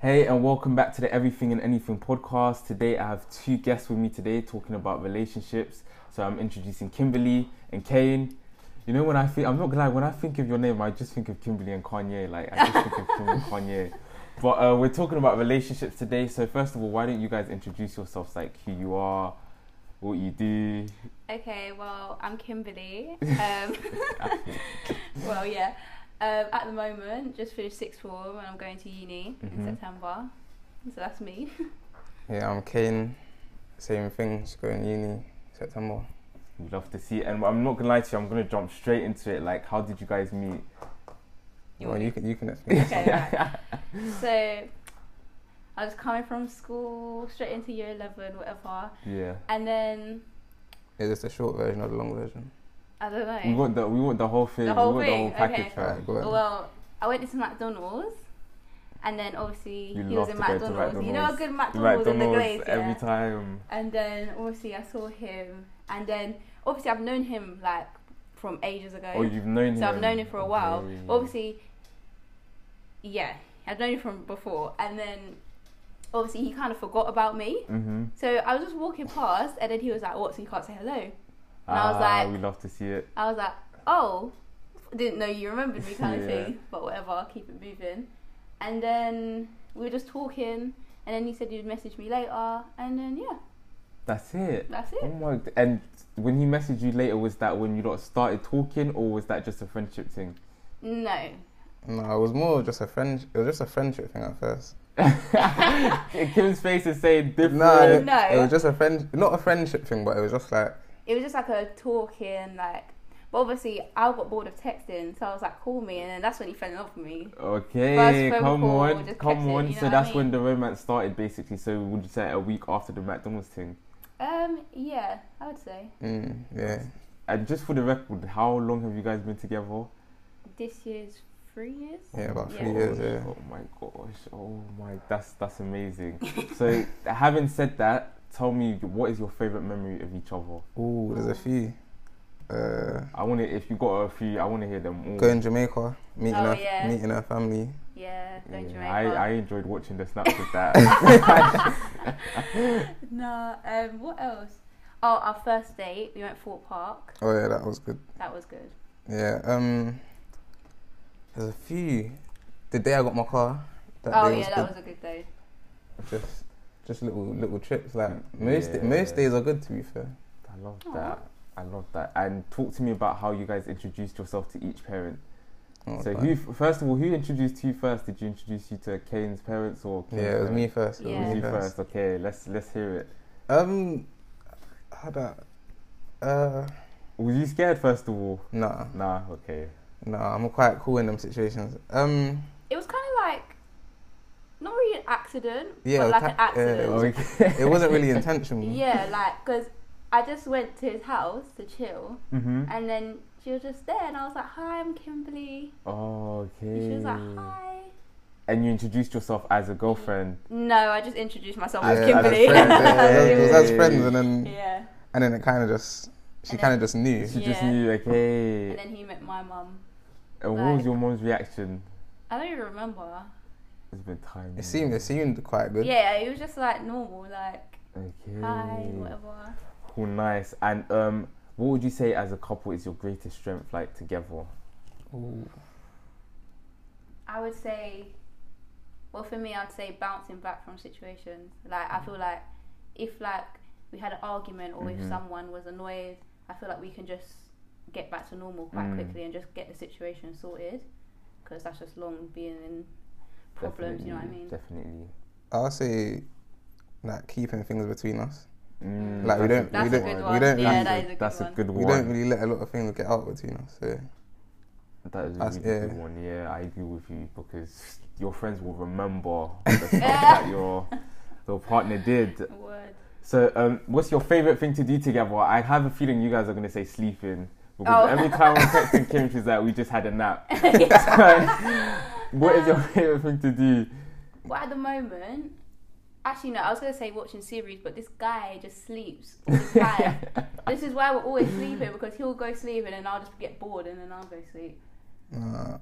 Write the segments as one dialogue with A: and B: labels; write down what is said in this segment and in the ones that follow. A: Hey, and welcome back to the Everything and Anything podcast. Today, I have two guests with me today talking about relationships. So I'm introducing Kimberly and Kane. You know, when I think, I'm not gonna lie, when I think of your name, I just think of Kimberly and Kanye. Like, I just think of Kim and Kanye. But uh, we're talking about relationships today. So, first of all, why don't you guys introduce yourselves, like who you are, what you do?
B: Okay, well, I'm Kimberly. Um, well, yeah. Um, at the moment, just finished sixth form and I'm going to uni
A: Mhm.
B: in September. So that's me.
C: Yeah, I'm Kane. Same thing, just going uni September.
A: We'd love to see it. And I'm not gonna lie to you, I'm gonna jump straight into it. Like, how did you guys meet?
B: You
C: well,
B: want
C: you
B: me?
C: can you can explain.
B: okay, right. So I was coming from school straight into year 11, whatever.
A: Yeah.
B: And then,
C: Is this the short version or the long version?
B: I don't know.
A: We want the we want the whole thing.
B: The whole
A: we want
B: thing,
A: the whole package.
B: okay.
A: fam.
C: Alright, go ahead.
B: Well, I went to McDonald's, and then obviously
A: You
B: he
A: love
B: was in
A: to go to
B: McDonald's. You know a
A: McDonald's.
B: good
A: The
B: McDonald's, in the
A: McDonald's
B: glaze, yeah.
A: every time.
B: And then obviously I saw him, and then obviously I've known him like from ages ago.
A: Oh, you've known him.
B: so I've known him for a while.
A: Very-
B: Obviously, yeah, I've known him from before, and then obviously he kind of forgot about me.
A: Mhm.
B: So I was just walking past, and then he was like, "Watson, you can't say hello." And I was
A: Ah,
B: like-
A: we love to see it.
B: I was like, "Oh, didn't know you remembered me," kind of
A: Yeah.
B: thing. But whatever, I'll keep it moving. And then we were just talking, and then he said you'd message me later, and then yeah,
A: That's it.
B: that's it.
A: Oh my! d- And when he messaged you later, was that when you lot started talking, or was that just a friendship thing? Hmm.
B: No,
C: No, it was more just a friend. It was just a friendship thing at first.
A: Kim's face is saying different.
C: No,
B: No.
C: it was just a friend, not a friendship thing, but it was just like
B: it was just like a talking like but obviously I got bored of texting so I was like call me and then that's when he fell in love with me
A: Okay,
B: First phone
A: come
B: call,
A: on,
B: just
A: come
B: text it,
A: on.
B: you know
A: so
B: what I
A: that's
B: mean?
A: when the romance started, basically. So would you say a week after the McDonald's thing?
B: um yeah I would say
C: mm, yeah.
A: And just for the record, how long have you guys been together?
B: this year's three years
C: Yeah, about three
B: Yeah.
C: years, yeah.
A: Oh my gosh! Oh my, that's that's amazing. so, having said that, tell me what is your favorite memory of each other?
C: Ooh, there's a few. Uh,
A: I want to, if you got a few, I want to hear them all.
C: going Jamaica, meeting
B: Oh,
C: her,
B: yeah.
C: meeting her family.
B: yeah
A: Yeah,
B: going to
A: I, I
B: Jamaica
A: enjoyed watching the snaps of that.
B: no um what else oh our first date we went Fort Park
C: Oh yeah, that was good.
B: that was good
C: Yeah. Um, there's a few. The day I got my car. That
B: oh yeah
C: day was
B: that
C: good.
B: was a good day
C: just just little little trips. Like most
A: Mm, Yeah.
C: most days are good to be fair.
A: I love
B: Aw.
A: that. I love that. And talk to me about how you guys introduced yourself to each parent.
C: Oh,
A: so,
C: fine.
A: who f- first of all, who introduced you first? Did you introduce you to Kane's parents or? Kane's
C: Yeah, it was
A: parents?
C: me first. It
A: It
B: Yeah.
A: was
C: was
A: you
C: me first.
A: first. Okay, let's let's hear it.
C: Um, how that? Uh,
A: Was you scared first of all?
C: nah,
A: Nah. Okay.
C: nah. I'm quite cool in them situations. Um,
B: it was kind of like not really an accident
C: Yeah,
B: but
C: it
B: like
C: was uh,
B: an
C: ki- yeah, it
B: accident
C: was- it wasn't really intentional.
B: yeah like because I just went to his house to chill
A: Mm-hmm.
B: And then she was just there, and I was like, "Hi, I'm Kimberly." And
A: Okay.
B: she was like, "Hi."
A: And you introduced yourself as a girlfriend.
B: No, I just introduced myself
C: Yeah,
B: as
C: as
B: Kimberly.
C: friends, yeah,
A: As
C: yeah, it was
A: Kimberly.
C: as friends, and then
B: yeah.
C: and then it kind of just she
B: And
C: kind of just knew.
A: She just
B: Yeah.
A: knew, okay.
B: And
A: And,
B: then he met my mum.
A: what was
B: like-
A: your mom's reaction?
B: I don't even remember.
A: It's been time.
C: It seemed it seemed quite good. Mm.
B: Yeah, it was just like normal, like
A: Okay.
B: hi, whatever.
A: Cool, nice. And um, what would you say as a couple is your greatest strength, like together?
C: Ooh.
B: I would say, well, for me, I'd say bouncing back from situations. Like I feel like if like we had an argument or
C: Mm-hmm.
A: Mhm.
B: if someone was annoyed, I feel like we can just get back to normal quite
A: Mm.
B: quickly and just get the situation sorted. Because that's just long being in problems. You know what I
A: Definitely,
B: mean?
A: Definitely.
C: I'll say, like keeping things between us.
A: Mm,
C: Like,
A: that's
C: we don't-
A: a
B: That's
C: we
B: a
C: don't-
B: good
C: we
B: one.
C: don't
B: yeah,
C: really-
B: that is a good
A: That's
B: one.
A: a good
C: We
A: one.
C: don't really let a lot of things get out between us. So
A: That is a
C: That's-
A: really
C: yeah.
A: good one. Yeah, I agree with you because your friends will remember the stuff that your your partner did.
B: Word.
A: So, um, what's your favorite thing to do together? I have a feeling you guys are gonna say sleeping because
B: Oh.
A: every time I'm texting Kim, she's like, "We just had a nap." So, what is your favorite thing to do?
B: Well, at the moment, actually, no, I was going to say watching series, but this guy just sleeps all the time. this is why we're always sleeping because he'll go sleeping and I'll just get bored and then I'll go sleep.
C: uh,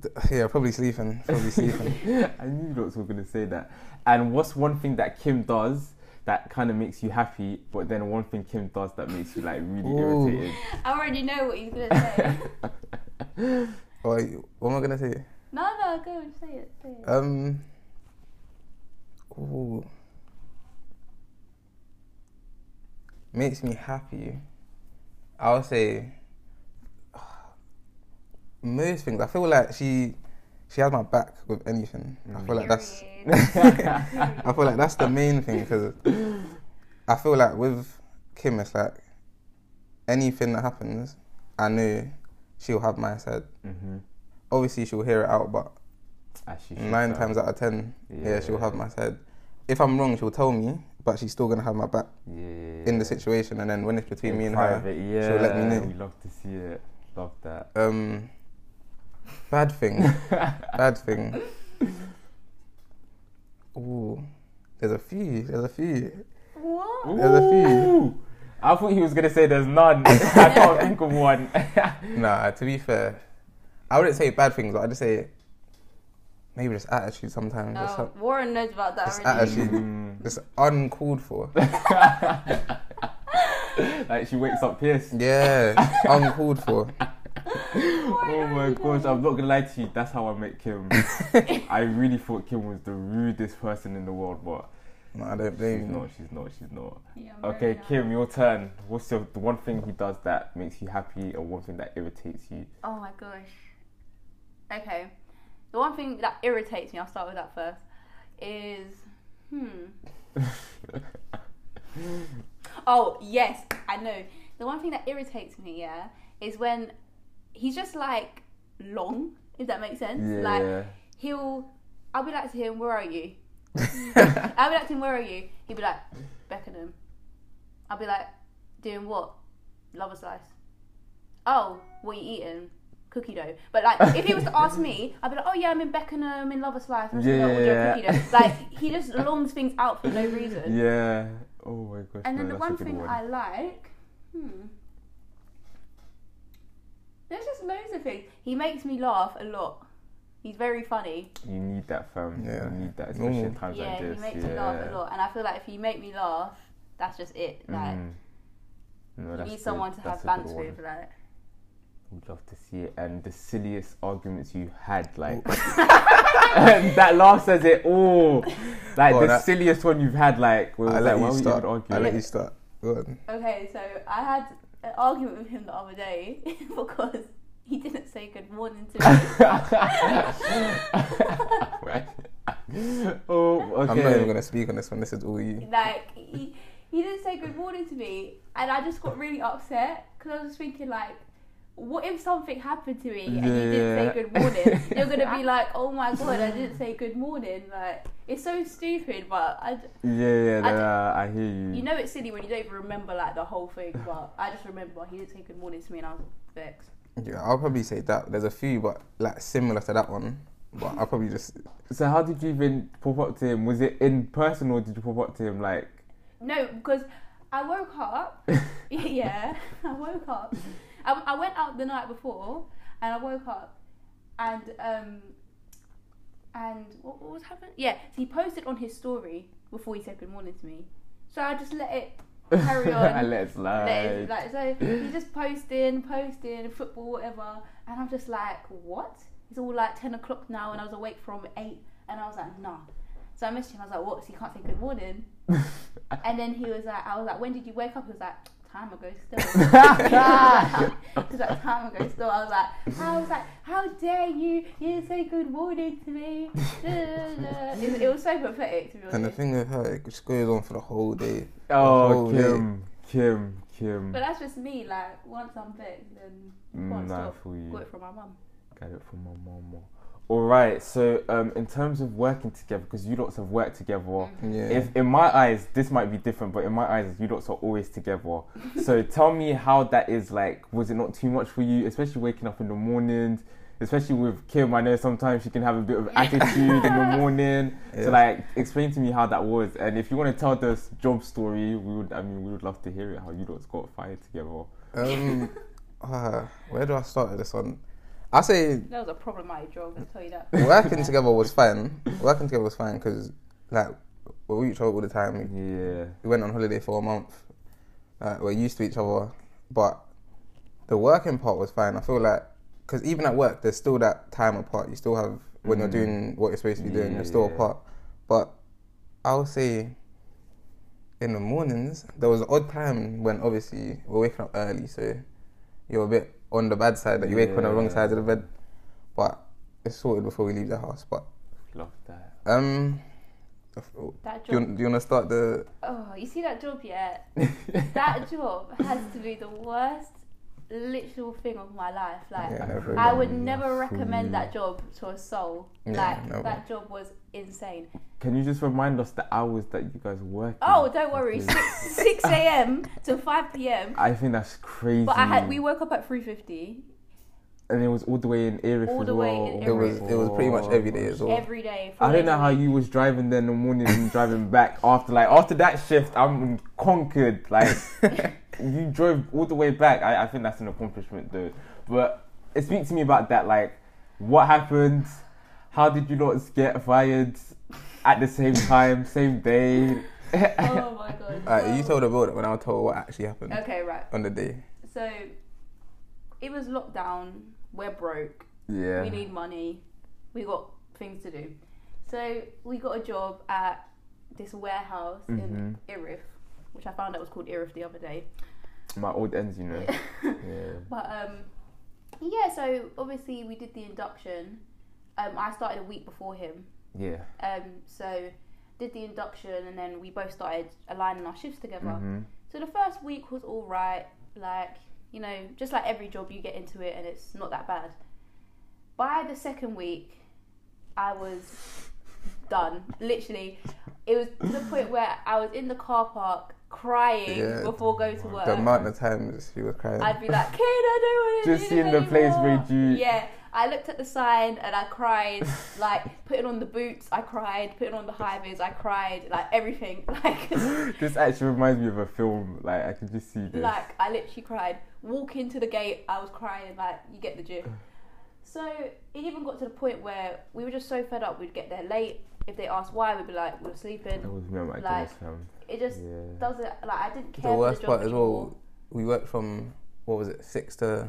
C: D- Yeah, probably sleeping. Probably sleeping.
A: I knew you were going to say that. And what's one thing that Kim does that kind of makes you happy, but then one thing Kim does that makes you like really
C: Ooh.
A: irritated?
B: I already know what he's gonna say.
C: Or you- what am I gonna say?
B: no, no, go and say it. Say it.
C: Um. Ooh. Makes me happy. I'll say. Most things. I feel like she, she has my back with anything. I feel like that's.
A: Mm-hmm.
B: Period.
C: I feel like that's the main thing because I feel like with Kim, it's like anything that happens, I know she'll have my side.
A: mm-hmm.
C: Obviously, she'll hear it out, but nine times out of ten, yeah, she'll have my side. If I'm wrong, she'll tell me, but she's still gonna have my back
A: yeah.
C: in the situation. And then when it's between
A: In
C: me and
A: private, yeah.
C: she'll let me know.
A: We love to see it. Love that.
C: her, um, bad thing, bad thing. Ooh, there's a few, there's a few.
B: what? Oh,
C: There's a few.
A: Ooh. I thought he was gonna say there's none. I can't think of one.
C: Nah, to be fair, I wouldn't say bad things, but I'd just say maybe just attitude sometimes. Just,
B: No,
C: some-
B: Warren knows about that
C: just
B: already.
C: attitude,
A: Mm.
C: just uncalled for.
A: like she wakes up pissed.
C: Yeah, uncalled for.
A: Oh my gosh, I'm not gonna lie to you, that's how I met Kim. I really thought Kim was the rudest person in the world, but
C: No, I don't blame
A: she's
C: you.
A: not, she's not, she's not.
B: Yeah, I'm very
A: Okay,
B: nice.
A: Kim, your turn. What's your the one thing he does that makes you happy or one thing that irritates you?
B: Oh my gosh. Okay. The one thing that irritates me, I'll start with that first, is hmm. oh yes, I know. The one thing that irritates me, yeah, is when he's just like long, if that makes sense. Like
A: Yeah.
B: he'll I'll be like to him, where are you? I'll be like to him, where are you? He'd be like, Beckenham. I'll be like, doing what? Love a slice. Oh, what you eating? Cookie dough. But like, if he was to ask me, I'd be like, oh yeah, I'm in Beckenham, in Love a slice. I'm just gonna
A: Yeah,
B: order
A: yeah,
B: a cookie
A: yeah.
B: dough. Like, he just longs things out for no reason.
A: Yeah. Oh my gosh.
B: And then
A: no, that's a
B: the one
A: good
B: thing
A: one.
B: I like, hmm. There's just loads of things. He makes me laugh a lot. He's very funny.
A: You need that fam.
C: Yeah.
A: You need that, especially in
C: Normal.
A: times
B: yeah,
A: like this.
B: he makes
A: yeah.
B: me laugh a lot. And I feel like if you make me laugh, that's just it. Like,
A: Mm. No,
B: you
A: that's
B: need
A: good.
B: someone to
A: That's
B: have
A: a good
B: banter
A: one.
B: with. Like,
A: We'd love to see it. And the silliest arguments you had, like that laugh says it all. Like
C: Oh,
A: the
C: that-
A: silliest one you've had, like where it
C: I
A: was like,
C: let
A: why
C: you
A: were you
C: start.
A: even
C: I
A: arguing?
C: let you start. Go on.
B: Okay, so I had an argument with him the other day because he didn't say good morning to me.
A: Right. oh, okay.
C: I'm not even gonna speak on this one. This is all you.
B: like he, he didn't say good morning to me, and I just got really upset because I was thinking like. What if something happened to me and you didn't say
A: Yeah.
B: good morning? You're gonna be like, "Oh my god, I didn't say good morning!" Like it's so stupid, but I, d-
A: Yeah, yeah,
B: I
A: no, no, I hear you.
B: you know it's silly when you don't even remember like the whole thing. But I just remember he didn't say good morning to me, and I was vexed.
C: Yeah, I'll probably say that. There's a few, but like similar to that one. But I'll probably just.
A: So how did you even pop up to him? Was it in person or did you pop up to him like?
B: No, because I woke up. yeah, I woke up. I, I went out the night before, and I woke up, and um, and what, what was happening? Yeah, he posted on his story before he said good morning to me, so I just let it. Carry on.
A: I let it slide.
B: let it- like so, he's just posting, posting football, whatever, and I'm just like, what? It's all like ten o'clock now, and I was awake from eight, and I was like, nah. So I messaged him. I was like, what? So you can't say good morning. And then he was like, I was like, when did you wake up? He was like, time ago still. he was like, time ago still. I was like, I was like, how dare you? You didn't say good morning to me. Da, da, da, da. It, it was so pathetic to be
C: And the
B: honest.
C: thing with her, it just goes on for the whole day.
A: oh,
C: Oh,
A: Kim, Kim, Kim.
B: But that's just me. Like once I'm fixed, then
A: Mm,
B: can't
A: nah, I
B: stop.
A: feel you.
B: got it from my mum.
A: Got it from my mama. All right. So, um, in terms of working together, because you lots have worked together.
B: Mm.
C: Yeah.
A: If in my eyes this might be different, but in my eyes you lots are always together. so tell me how that is like. Was it not too much for you, especially waking up in the mornings? Especially with Kim, I know sometimes she can have a bit of attitude in the morning.
C: yeah.
A: So like, explain to me how that was, and if you want to tell this job story, we would. I mean, we would love to hear it. How you lots got fired together.
C: Um, uh, where do I start with this one? I say
B: That was a problematic job. I'll tell you that.
C: working together was fun. Working together was fun because like we were with each other all the time. We
A: Yeah.
C: we went on holiday for a month. Uh, we're used to each other, but the working part was fine. I feel like because even at work, there's still that time apart. You still have when you're
A: Mm.
C: doing what you're supposed to be doing,
A: Yeah,
C: you're still
A: yeah.
C: apart. But I would say in the mornings there was an odd time when obviously we're waking up early, so you're a bit on the bad side that you wake up on the wrong
A: Yeah.
C: side of the bed. But it's sorted before we leave the house. But
A: Love that.
C: um, do you,
B: That job.
C: want- do you want to start the
B: Oh, you see that job yet? that job has to be the worst literal thing of my life. Like,
C: Yeah, no
B: I
C: problem.
B: would
A: Yeah,
B: never recommend
A: fool.
B: that job to a soul.
C: Yeah,
B: like,
C: no.
B: that job was insane.
A: Can you just remind us the hours that you guys work?
B: Oh, don't worry.
A: Because
B: 6, 6 a.m. to 5 p.m.
A: I think that's crazy.
B: But I had
C: Mm-hmm.
B: we woke up at 3.50
A: and it was all the way in Erith
B: All
A: as
B: the way
A: well.
B: in
C: It was it was pretty much every day as well.
B: every day. four
A: I don't
B: days
A: know
B: a
A: how
B: week.
A: you was driving there in the morning and driving back after like after that shift I'm conquered. Like you drove all the way back. I, I think that's an accomplishment though. But it speak to me about that, like what happened, how did you not get fired at the same time, same day?
B: Oh, my God.
C: Alright, you
B: Well,
C: told about it when I told what actually happened
B: Okay, right.
C: on the day.
B: So, it was lockdown. We're broke.
A: Yeah.
B: we need money, we got things to do. So we got a job at this warehouse
C: Mm-hmm.
B: in Irif, which I found out was called Irif the other day.
A: My old ends, you know. yeah.
B: But um, yeah, so obviously we did the induction. Um, I started a week before him,
A: Yeah.
B: um, so did the induction, and then we both started aligning our shifts together.
C: Mm-hmm.
A: Mhm.
B: So the first week was all right, like you know, just like every job, you get into it and it's not that bad. By the second week, I was done. Literally, it was to the point where I was in the car park crying
C: Yeah.
B: before going to work.
C: The amount of times she was crying.
B: I'd be like, Kid, I don't want to
A: Just seeing the place where you-
B: Yeah, I looked at the sign and I cried. Like putting on the boots, I cried. Putting on the high vis, I cried. Like everything, like.
A: This actually reminds me of a film. Like I could just see this.
B: Like I literally cried. Walk into the gate, I was crying. Like you get the gist. So it even got to the point where we were just so fed up. We'd get there late. If they asked why, we'd be like, we are
A: that
B: sleeping.
A: was me and my
B: like,
A: daughter's film.
B: It just
A: Yeah.
B: doesn't. Like I didn't care.
C: the
B: for
C: worst
B: the job
C: part as
B: anymore.
C: well, we worked from what was it, six to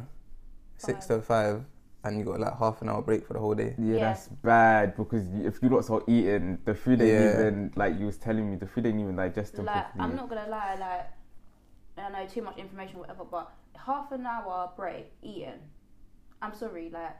C: six to five and you got like half an hour break for the whole day.
A: Yeah,
B: Yeah.
A: that's bad because you- if you lots are eating, the food ain't
C: Yeah.
A: even like you was telling me, the food ain't even digested
B: Like
A: properly.
B: I'm not gonna lie. Like I know too much information, whatever. But half an hour break eating. I'm sorry. Like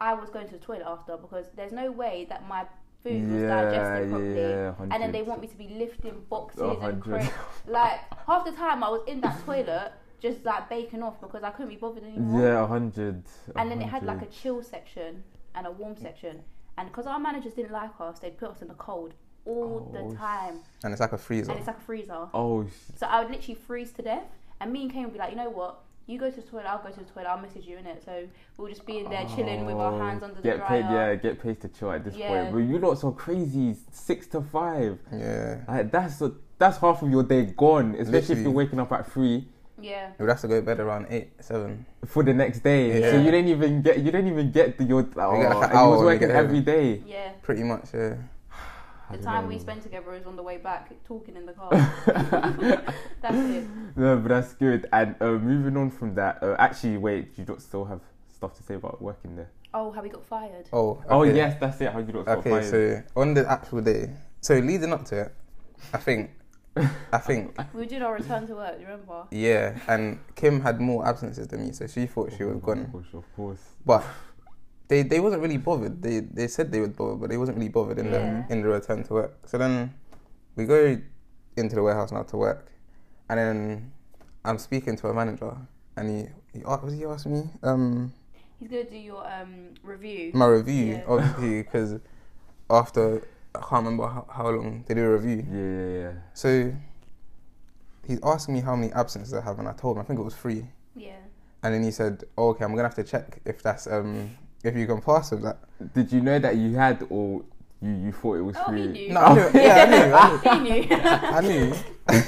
B: I was going to the toilet after because there's no way that my food was digested properly. and then they
A: 100.
B: want me to be lifting boxes
A: A
B: and
A: hundred.
B: crates. Like half the time I was in that toilet just like baking off because I couldn't be bothered anymore.
A: Yeah, a hundred. a
B: And then it had like a
A: hundred.
B: chill section and a warm section, and because our managers didn't like us, they'd put us in the cold all
A: Oh,
B: the time,
C: And it's like a freezer.
B: and it's like a freezer.
A: Oh, sh-
B: So I would literally freeze to death, and me and Kane would be like, you know what? You go to the toilet, I'll go to the toilet, I'll message you in it. So we'll just be in there chilling with our
A: oh,
B: hands under
A: get
B: the
A: Paid,
B: dryer.
A: yeah, get paid to chill at this
B: Yeah.
A: point. But you lots are crazy. Six to five.
C: Yeah.
A: Like that's a, that's half of your day gone. Especially if
C: Literally.
A: you're waking up at three
B: yeah.
C: We'd have to go to bed around eight, seven.
A: for the next day. So
C: Yeah.
A: you didn't even get you didn't even get the, your. Oh,
C: like an
A: and
C: hour
A: you was
C: when we
A: working
C: get home.
A: every day.
B: Yeah.
C: Pretty much, yeah.
A: I
B: The
A: don't
B: time
A: know.
B: we spend together is on the way back, talking in the car. That's it.
A: No, but that's good. And uh, moving on from that, uh, actually, wait, you don't still have stuff to say about working there.
B: Oh, how we got fired.
C: Oh
A: Oh
C: okay.
A: yes, that's it. How you don't
C: Okay, so on the actual day. So leading up to it, I think I think
B: We did our return to work, do you remember?
C: yeah, and Kim had more absences than me, so she thought she was gone.
A: Of course, of course.
C: But they they wasn't really bothered. They they said they would bother, but they wasn't really bothered in
B: Yeah.
C: the in the return to work. So then we go into the warehouse now to work, and then I'm speaking to a manager, and he he a- was he asked me um
B: He's gonna do your um review.
C: my review
B: Yeah.
C: obviously because after I can't remember how, how long they do a review.
A: Yeah, yeah, yeah.
C: So he's asking me how many absences I have, and I told him I think it was three.
B: yeah.
C: And then he said, oh, "Okay, I'm gonna have to check if that's um if you can pass with that."
A: Did you know that you had, or you you thought it was
B: Oh, he
A: free?
B: knew.
C: No, I knew, yeah, I knew, I knew.
B: he knew.
C: I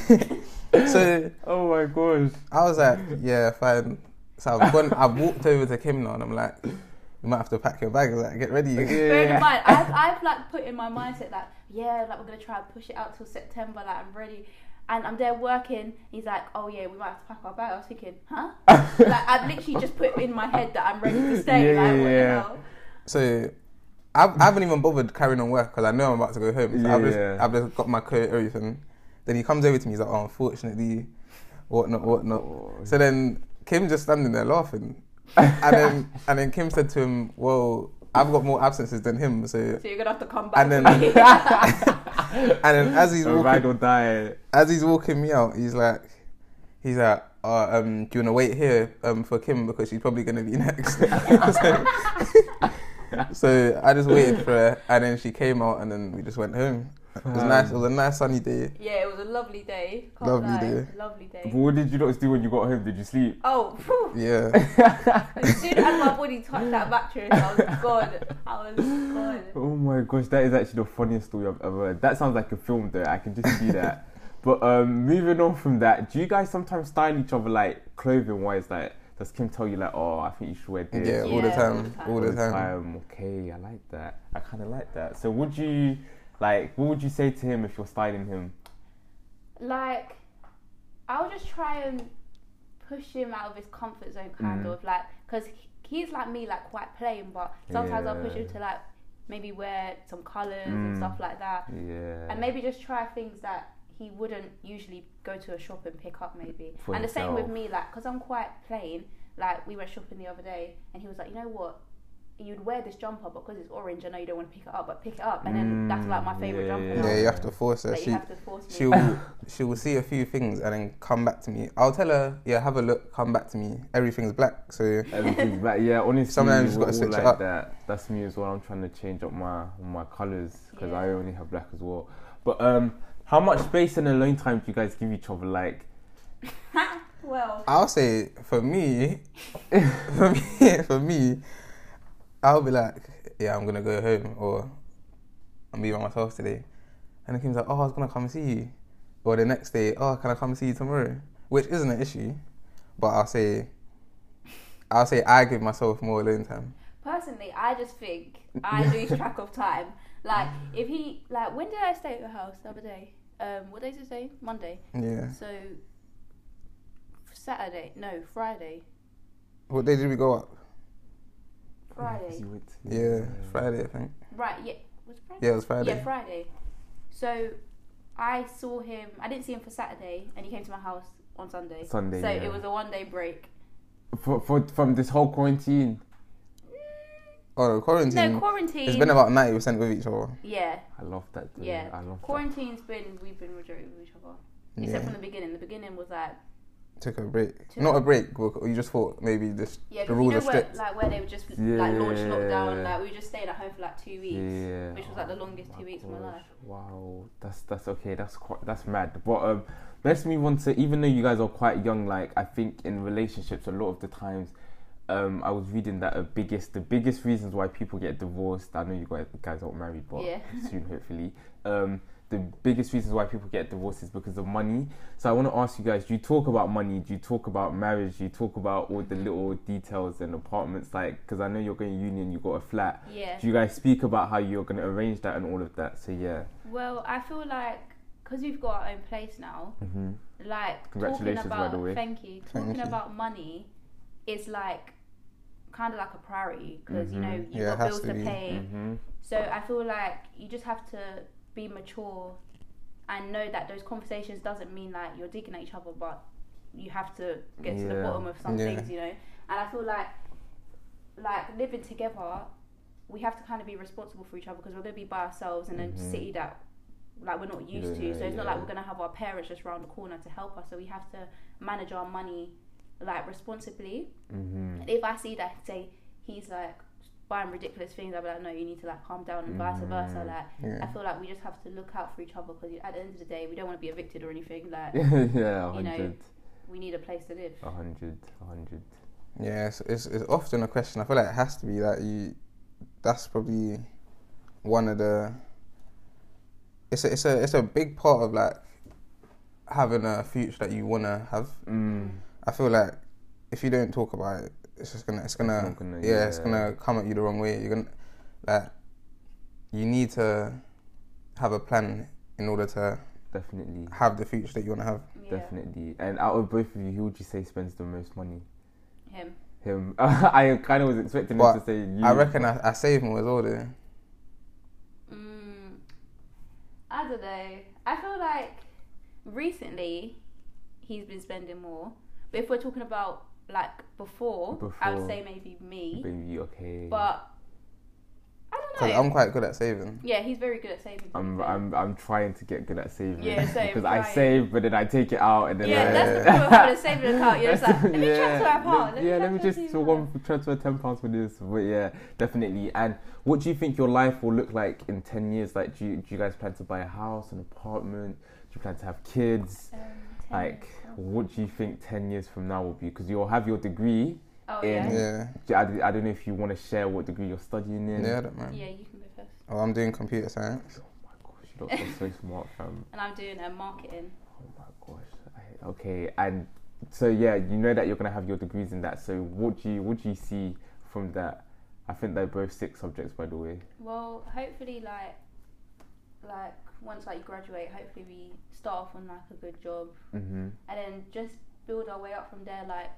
C: knew. so
A: Oh my gosh.
C: I was like, yeah, fine. So I've gone, I've walked over to Kim now and I'm like, you might have to pack your bags, like get ready.
B: Bear in mind, I've, I've like put in my mindset that yeah, like we're gonna try and push it out till September. Like I'm ready, and I'm there working. He's like, oh yeah, we might have to pack our bag. I was thinking, huh? like I've literally just put in my head that I'm ready to stay.
A: Yeah,
B: like
A: yeah,
B: what
A: yeah.
B: the hell?
C: So I've, I haven't even bothered carrying on work because I know I'm about to go home. So I've, just,
A: Yeah.
C: I've just got my coat, everything. Then he comes over to me, he's like, oh, unfortunately, whatnot, whatnot. So then Kim just standing there laughing. and then and then Kim said to him, well, I've got more absences than him. So
B: So you're gonna have to come back.
C: And then- and then as he's
A: So ride
C: walking,
A: or die.
C: as he's walking me out, he's like, he's like, oh, um, do you want to wait here um, for Kim because she's probably going to be next. so, so I just waited for her, and then she came out, and then we just went home. It was
A: Um,
C: nice. It was a nice sunny day.
B: yeah, it was a lovely day. Can't
C: Lovely
B: lie.
C: day.
B: Lovely
A: But
B: day.
A: what did you not do when you got home? Did you sleep?
B: Oh, phew.
C: Yeah,
B: as soon as my body touched that mattress, I was gone. I was gone.
A: Oh my gosh, that is actually the funniest story I've ever heard. That sounds like a film though, I can just see that. but um moving on from that, do you guys sometimes style each other like clothing wise? Like does Kim tell you like, oh I think you should wear
C: yeah,
A: this?
C: all the
B: Yeah,
C: time, all the time.
A: time. Okay, I like that. I kinda like that. So would you like what would you say to him if you're styling him?
B: like I'll just try and push him out of his comfort zone, kind
A: Mm.
B: of like because he's like me, like quite plain, but sometimes I'll push him
A: Yeah.
B: to like maybe wear some colors
A: Mm.
B: and stuff like that,
A: Yeah.
B: and maybe just try things that he wouldn't usually go to a shop and pick up, maybe.
A: For
B: and the same with
A: himself.
B: me, like because I'm quite plain. Like we went shopping the other day, and he was like, you know what? You'd wear this jumper, but because it's orange, I know you don't want to pick it up, but pick it up, and then that's like my
A: Mm,
B: favorite
A: yeah,
B: jumper.
A: yeah,
B: now.
C: Yeah, you have to force her.
B: Like, you
C: She
B: have to force me.
C: she will she will see a few things and then come back to me. I'll tell her, yeah, have a look, come back to me. Everything's black, so
A: Everything's back. Yeah, honestly,
C: Sometimes
A: we're
C: you just gotta
A: all
C: switch
A: like
C: it up.
A: That. That's me as well. I'm trying to change up my my colours because I
B: Yeah.
A: only have black as well. But um, how much space and alone time do you guys give each other? Like,
B: well,
C: I'll say for me, for me, for me, I'll be like, yeah, I'm gonna go home or I'm be by myself today. And then Kim's like, oh, I was gonna come see you, or the next day, oh, can I come see you tomorrow? Which isn't an issue, but I'll say, I'll say I give myself more alone time.
B: Personally, I just think I lose track of time. Like if he like when did I stay at your house the other day? Um, what day is it today? Monday.
C: Yeah.
B: So Saturday? No, Friday.
C: What day did we go up?
B: Friday.
A: You would-
C: Yeah, Friday, I think.
B: Right? Yeah. Was it Friday?
C: Yeah, it was Friday.
B: Yeah, Friday. So I saw him. I didn't see him for Saturday, and he came to my house on Sunday.
A: Sunday,
B: So
A: yeah.
B: it was a one day break.
A: For, for, from this whole quarantine,
C: Oh, no, quarantine.
B: No quarantine.
C: It's been about ninety percent with each other.
B: yeah,
A: I love that. Dude.
B: Yeah.
A: I love that.
B: quarantine's been we've been majority with each other except
C: Yeah,
B: from the beginning. The beginning was like.
C: took a break.
B: Took-
C: Not a break. but You just thought maybe just
B: Yeah, because
C: the
B: you
C: rules
B: know
C: are
B: where,
C: strict.
B: like where they were just like launch
A: Yeah.
B: lockdown, like we were just staying at home for like two weeks,
A: Yeah.
B: which was like the longest
A: my
B: two weeks of my
A: gosh.
B: life.
A: Wow, that's that's okay. That's quite that's mad. But um, let's move on to even though you guys are quite young, like I think in relationships a lot of the times, um, I was reading that the biggest the biggest reasons why people get divorced. I know you guys guys aren't married, but
B: Yeah.
A: soon hopefully. Um, the biggest reasons why people get divorced is because of money. So I want to ask you guys: Do you talk about money? Do you talk about marriage? Do you talk about all the little details and apartments? Like, because I know you're going union, you got a flat.
B: Yeah.
A: Do you guys speak about how you're going to arrange that and all of that? So yeah.
B: Well, I feel like because we've got our own place now,
A: Mm-hmm.
B: like talking
A: Congratulations, by
B: about
A: the way.
B: thank you,
C: Thank
B: talking
C: you.
B: about money is like kind of like a priority because you know
A: Mhm.
B: you've
C: Yeah,
B: got
C: it has
B: bills
C: to
B: to,
C: be.
B: pay.
A: Mm-hmm.
B: So I feel like you just have to be mature and know that those conversations doesn't mean like you're digging at each other, but you have to get to the
A: Yeah.
B: bottom of some
C: Yeah.
B: things, you know. And I feel like like living together, we have to kind of be responsible for each other because we're going to be by ourselves in
A: Mhm.
B: a city that like we're not used
A: Yeah,
B: to. So it's not
A: yeah.
B: like we're going to have our parents just round the corner to help us. So we have to manage our money like responsibly.
A: Mm-hmm.
B: And if I see that, say he's like buying ridiculous things, I'll be like, no, you need to like calm down and vice versa.
A: Mm.
B: Like, I
C: Yeah.
B: feel like we just have to look out for each other because at the end of the day, we don't want to be evicted or anything. Like,
A: yeah, a
B: You know.
A: hundred,
B: we need a place to live.
A: a hundred, a hundred.
C: Yeah, it's, it's, it's often a question. I feel like it has to be that you. That's probably one of the. It's a, it's a it's a big part of like having a future that you wanna have.
A: Mm.
C: I feel like if you don't talk about it, it's just gonna it's gonna,
A: not gonna-
C: yeah, it's
A: yeah.
C: gonna come at you the wrong way. You're gonna like you need to have a plan in order to
A: Definitely.
C: have the future that you wanna have.
B: Yeah.
A: Definitely. And out of both of you, who would you say spends the most money?
B: Him.
A: Him. I kind of was expecting him
C: But
A: to say you.
C: I reckon I, I save more as well though.
B: Mm, I don't know. I feel like recently he's been spending more. But if we're talking about like before, I would
A: Before.
B: say maybe me.
A: Baby, okay.
B: But I don't
C: Because
B: know.
C: I'm quite good at saving.
B: yeah, he's very good at saving. to be
A: I'm,
B: fair.
A: I'm I'm trying to get good at saving
B: Yeah, same,
A: because I
B: right.
A: save but then I take it out and then
B: yeah,
A: I,
B: that's the problem with a saving account. You're just like, let me
A: yeah,
B: transfer a
A: let-
B: pound. Let me
A: yeah, let me
B: transfer
A: just
B: two pounds.
A: one transfer ten pounds for this. But yeah, definitely. And what do you think your life will look like in ten years? Like, do you, do you guys plan to buy a house, an apartment? Do you plan to have kids?
B: Um, ten
A: Like,
B: years.
A: what do you think ten years from now will be? Because you'll have your degree.
B: oh
A: in-
B: yeah. yeah,
C: Yeah.
A: Do- I, I don't know if you want to share what degree you're studying in.
C: Yeah, I don't mind.
B: you can go first.
C: Oh, I'm doing computer science.
A: Oh my gosh, you look so smart, fam.
B: And I'm doing a marketing.
A: Oh my gosh. I, okay, and so yeah, you know that you're gonna have your degrees in that. So what do you what do you see from that? I think they're both six subjects, by the way.
B: Well, hopefully, like, like once like you graduate, hopefully we start off on like a good job,
A: Mm-hmm.
B: and then just build our way up from there. Like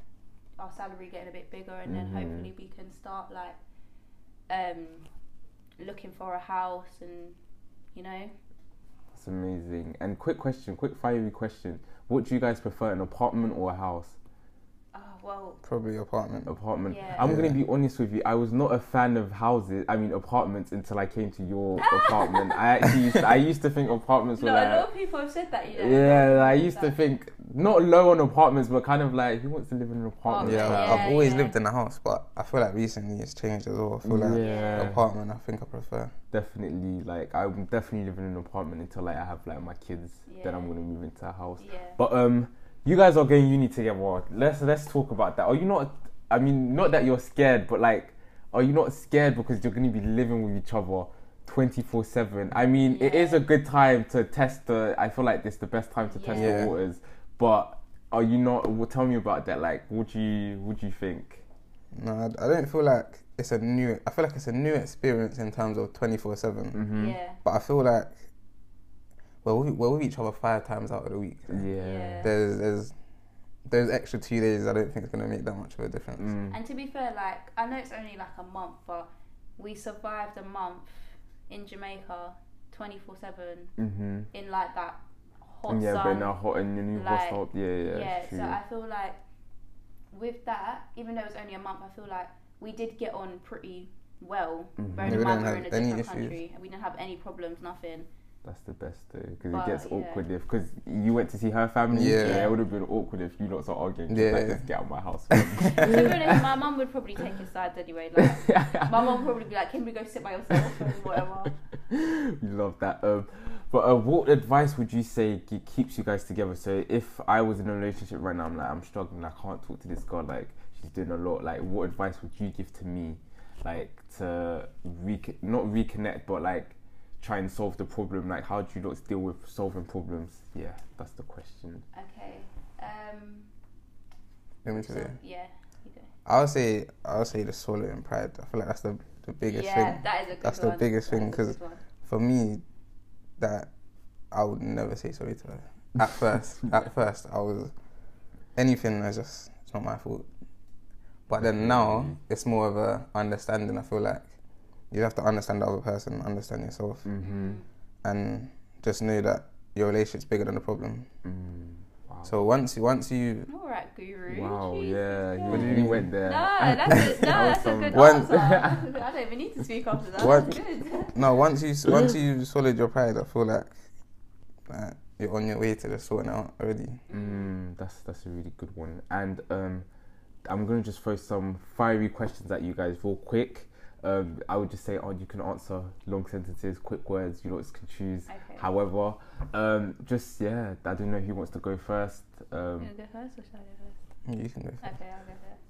B: our salary getting a bit bigger, and
A: Mhm.
B: then hopefully we can start like um looking for a house, and you know,
A: That's amazing. And quick question, quick fiery question: What do you guys prefer, an apartment or a house?
B: oh well,
C: Probably apartment.
A: Apartment.
B: Yeah.
A: I'm gonna
C: Yeah.
A: be honest with you. I was not a fan of houses. I mean apartments until I came to your apartment. I actually used to, I used to think apartments were
B: no,
A: like
B: a lot of people have said that, you know.
A: Yeah, like, I used to
B: Like-
A: think not low on apartments, but kind of like who wants to live in an apartment?
C: Yeah, like,
B: Yeah,
C: I've always
B: yeah.
C: lived in a house, but I feel like recently it's changed as well. I feel like
A: yeah,
C: apartment, I think I prefer.
A: definitely. Like I'm definitely living in an apartment until like I have like my kids. Then I'm
B: Yeah.
A: gonna move into a house.
B: Yeah.
A: But um, you guys are going uni together. Let's let's talk about that. Are you not? I mean, not that you're scared, but like, are you not scared because you're gonna be living with each other? 24 7 i mean it is a
B: Yeah.
A: good time to test the i feel like this is the best time to test
C: Yeah.
A: the waters but are you not well tell me about that like what do you what do you think
C: No, I, I don't feel like it's a new. I feel like it's a new experience in terms of twenty four seven.
A: mm-hmm.
B: yeah,
C: But I feel like we're with, we're with each other five times out of the week.
A: yeah,
C: There's there's those extra two days. I don't think it's gonna make that much of a difference.
A: Mm.
B: And to be fair, like I know it's only like a month, but we survived a month in Jamaica, twenty four seven,
A: Mm-hmm.
B: in like that hot
A: yeah, but
B: sun.
A: now hot and your new
B: like,
A: hot Yeah, yeah,
B: yeah,
A: it's true.
B: so I feel like with that, even though it was only a month, I feel like we did get on pretty well.
A: Mhm.
B: Bearing
A: Yeah,
C: we
B: in mind
C: didn't
B: we were
C: have
B: in a
C: any
B: different
C: issues.
B: country, and we didn't have any problems, nothing.
A: That's the best though, because it
B: But,
A: gets
B: yeah.
A: awkward if because you went to see her family.
C: Yeah.
A: it would have been awkward if you lots are arguing. Yeah,
C: Yeah.
A: like, just get out of my house.
B: to be honest, my mum would probably take his sides anyway. Like, my mum would probably be like, "Can we go sit by yourself?" and whatever.
A: we love that. Um, but uh, what advice would you say ge- keeps you guys together? So if I was in a relationship right now, I'm like I'm struggling. I can't talk to this girl. Like she's doing a lot. Like what advice would you give to me, like to recon- not reconnect, but like try and solve the problem? Like how do you not deal with solving problems? Yeah, that's the question.
B: Okay. Um,
C: Let me tell
B: so,
C: you.
B: yeah. you go.
C: I would say I would say the swallowing pride. I feel like that's the the biggest
B: yeah,
C: thing
B: that is a good
C: That's the
B: one.
C: biggest
B: That
C: thing,
B: is a
C: 'cause-
B: good one.
C: for me. That I would never say sorry to her. At first, at first, I was anything was just it's not my fault. But then now
A: Mhm.
C: it's more of a understanding. I feel like you have to understand the other person, understand yourself,
A: Mm-hmm.
C: and just know that your relationship's bigger than the problem.
A: Mm. Wow.
C: So once you once you
B: Mm. All right, guru.
A: wow.
B: Jesus
A: Yeah,
B: Christ.
A: you,
C: Yeah.
A: you went there.
B: No, that's a, no, that's a
A: Awesome.
B: good
C: One-
B: answer. I don't even need to speak after that.
C: One-
B: That's good.
C: no once you once you swallowed your pride, I feel like, like you're on your way to just sorting it out already.
A: Mm, that's that's a really good one. And um, I'm gonna just throw some fiery questions at you guys real quick. Um, I would just say, oh, you can answer long sentences, quick words. You lots can choose.
B: Okay.
A: However, um, just yeah, I don't know who wants to go first.
B: You
A: Um,
B: wanna go first or shall I go
C: You can go.
B: first? Okay, I'll go first.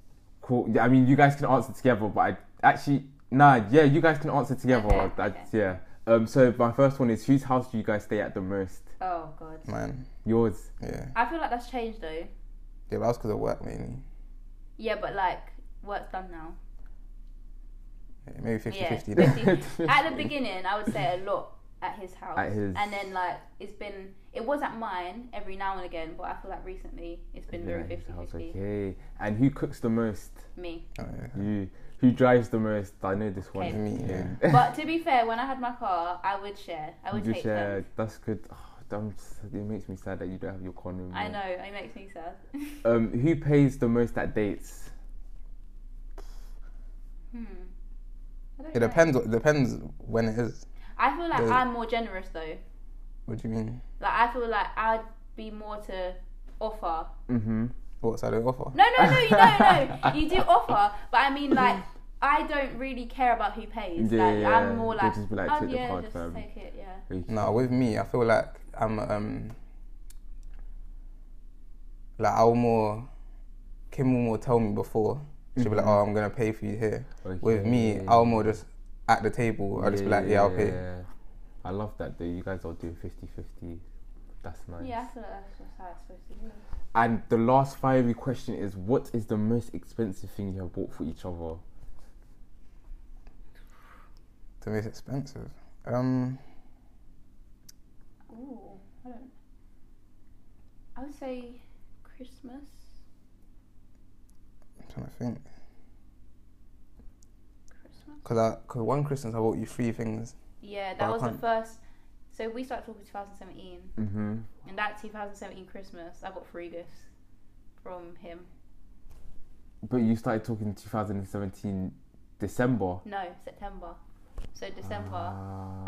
A: cool. Yeah, I mean, you guys can answer together, but I actually nah, yeah, you guys can answer together.
B: Okay,
A: That's yeah. Um, so my first one is whose house do you guys stay at the most?
B: Oh god.
C: Man,
A: Yours.
C: yeah,
B: I feel like that's changed though.
C: yeah, but that was because of work mainly.
B: Yeah, but like work's done now.
C: Maybe 50
B: Yeah,
C: 50 then.
B: 50. At the beginning, I would say a lot at his house.
A: At his-
B: And then, like, it's been, it was at mine every now and again, but I feel like recently it's been very
A: Yeah,
B: 50
A: sounds
B: 50.
A: Okay. And who cooks the most?
B: Me.
C: Oh, yeah.
A: You. Who drives the most? I know this one.
B: Okay.
C: Me, yeah.
B: But to be fair, when I had my car, I would share. I would
A: you
B: take
A: share.
B: turns.
A: That's good. Oh, damn, it makes me sad that you don't have your condom.
B: I know, it makes me sad.
A: Um, who pays the most at dates?
B: Hmm. I don't
C: It
B: know.
C: depends. It depends when it is.
B: I feel like
C: the-
B: I'm more generous though.
C: What do you mean?
B: Like I feel like I'd be more to offer.
A: Mm-hmm.
C: What side of offer?
B: No, no, no, you don't know. You do offer, but I mean like I don't really care about who pays.
A: Yeah,
B: like
A: yeah,
B: I'm more
A: they
B: like,
A: just be like,
B: oh
A: "Take the
B: yeah,
A: card,
B: just
A: fam."
B: take it, yeah.
C: No, with me, I feel like I'm um like I'll more Kim will more tell me before. She'll be like, Oh, I'm gonna pay for you here. With me, I'll more just at the table, I'll just be like, Yeah, I'll pay.
A: I love that though. You guys are doing 50-50. That's nice.
B: Yeah, I feel like that's just how it's supposed to be.
A: And the last fiery question is: What is the most expensive thing you have bought for each other?
C: The most expensive. Um
B: Ooh, I don't I would say Christmas.
C: I'm trying to think.
B: Christmas?
C: Cause I, cause one Christmas I bought you three things.
B: Mm-hmm. Yeah,
C: But
B: that
C: I
B: was the
C: can't-
B: first so we started talking 2017.
A: Mm-hmm.
B: And that 2017 Christmas, I got three gifts from him.
A: But you started talking 2017 December. Ah.
B: No, September. So
C: Ah.
B: December.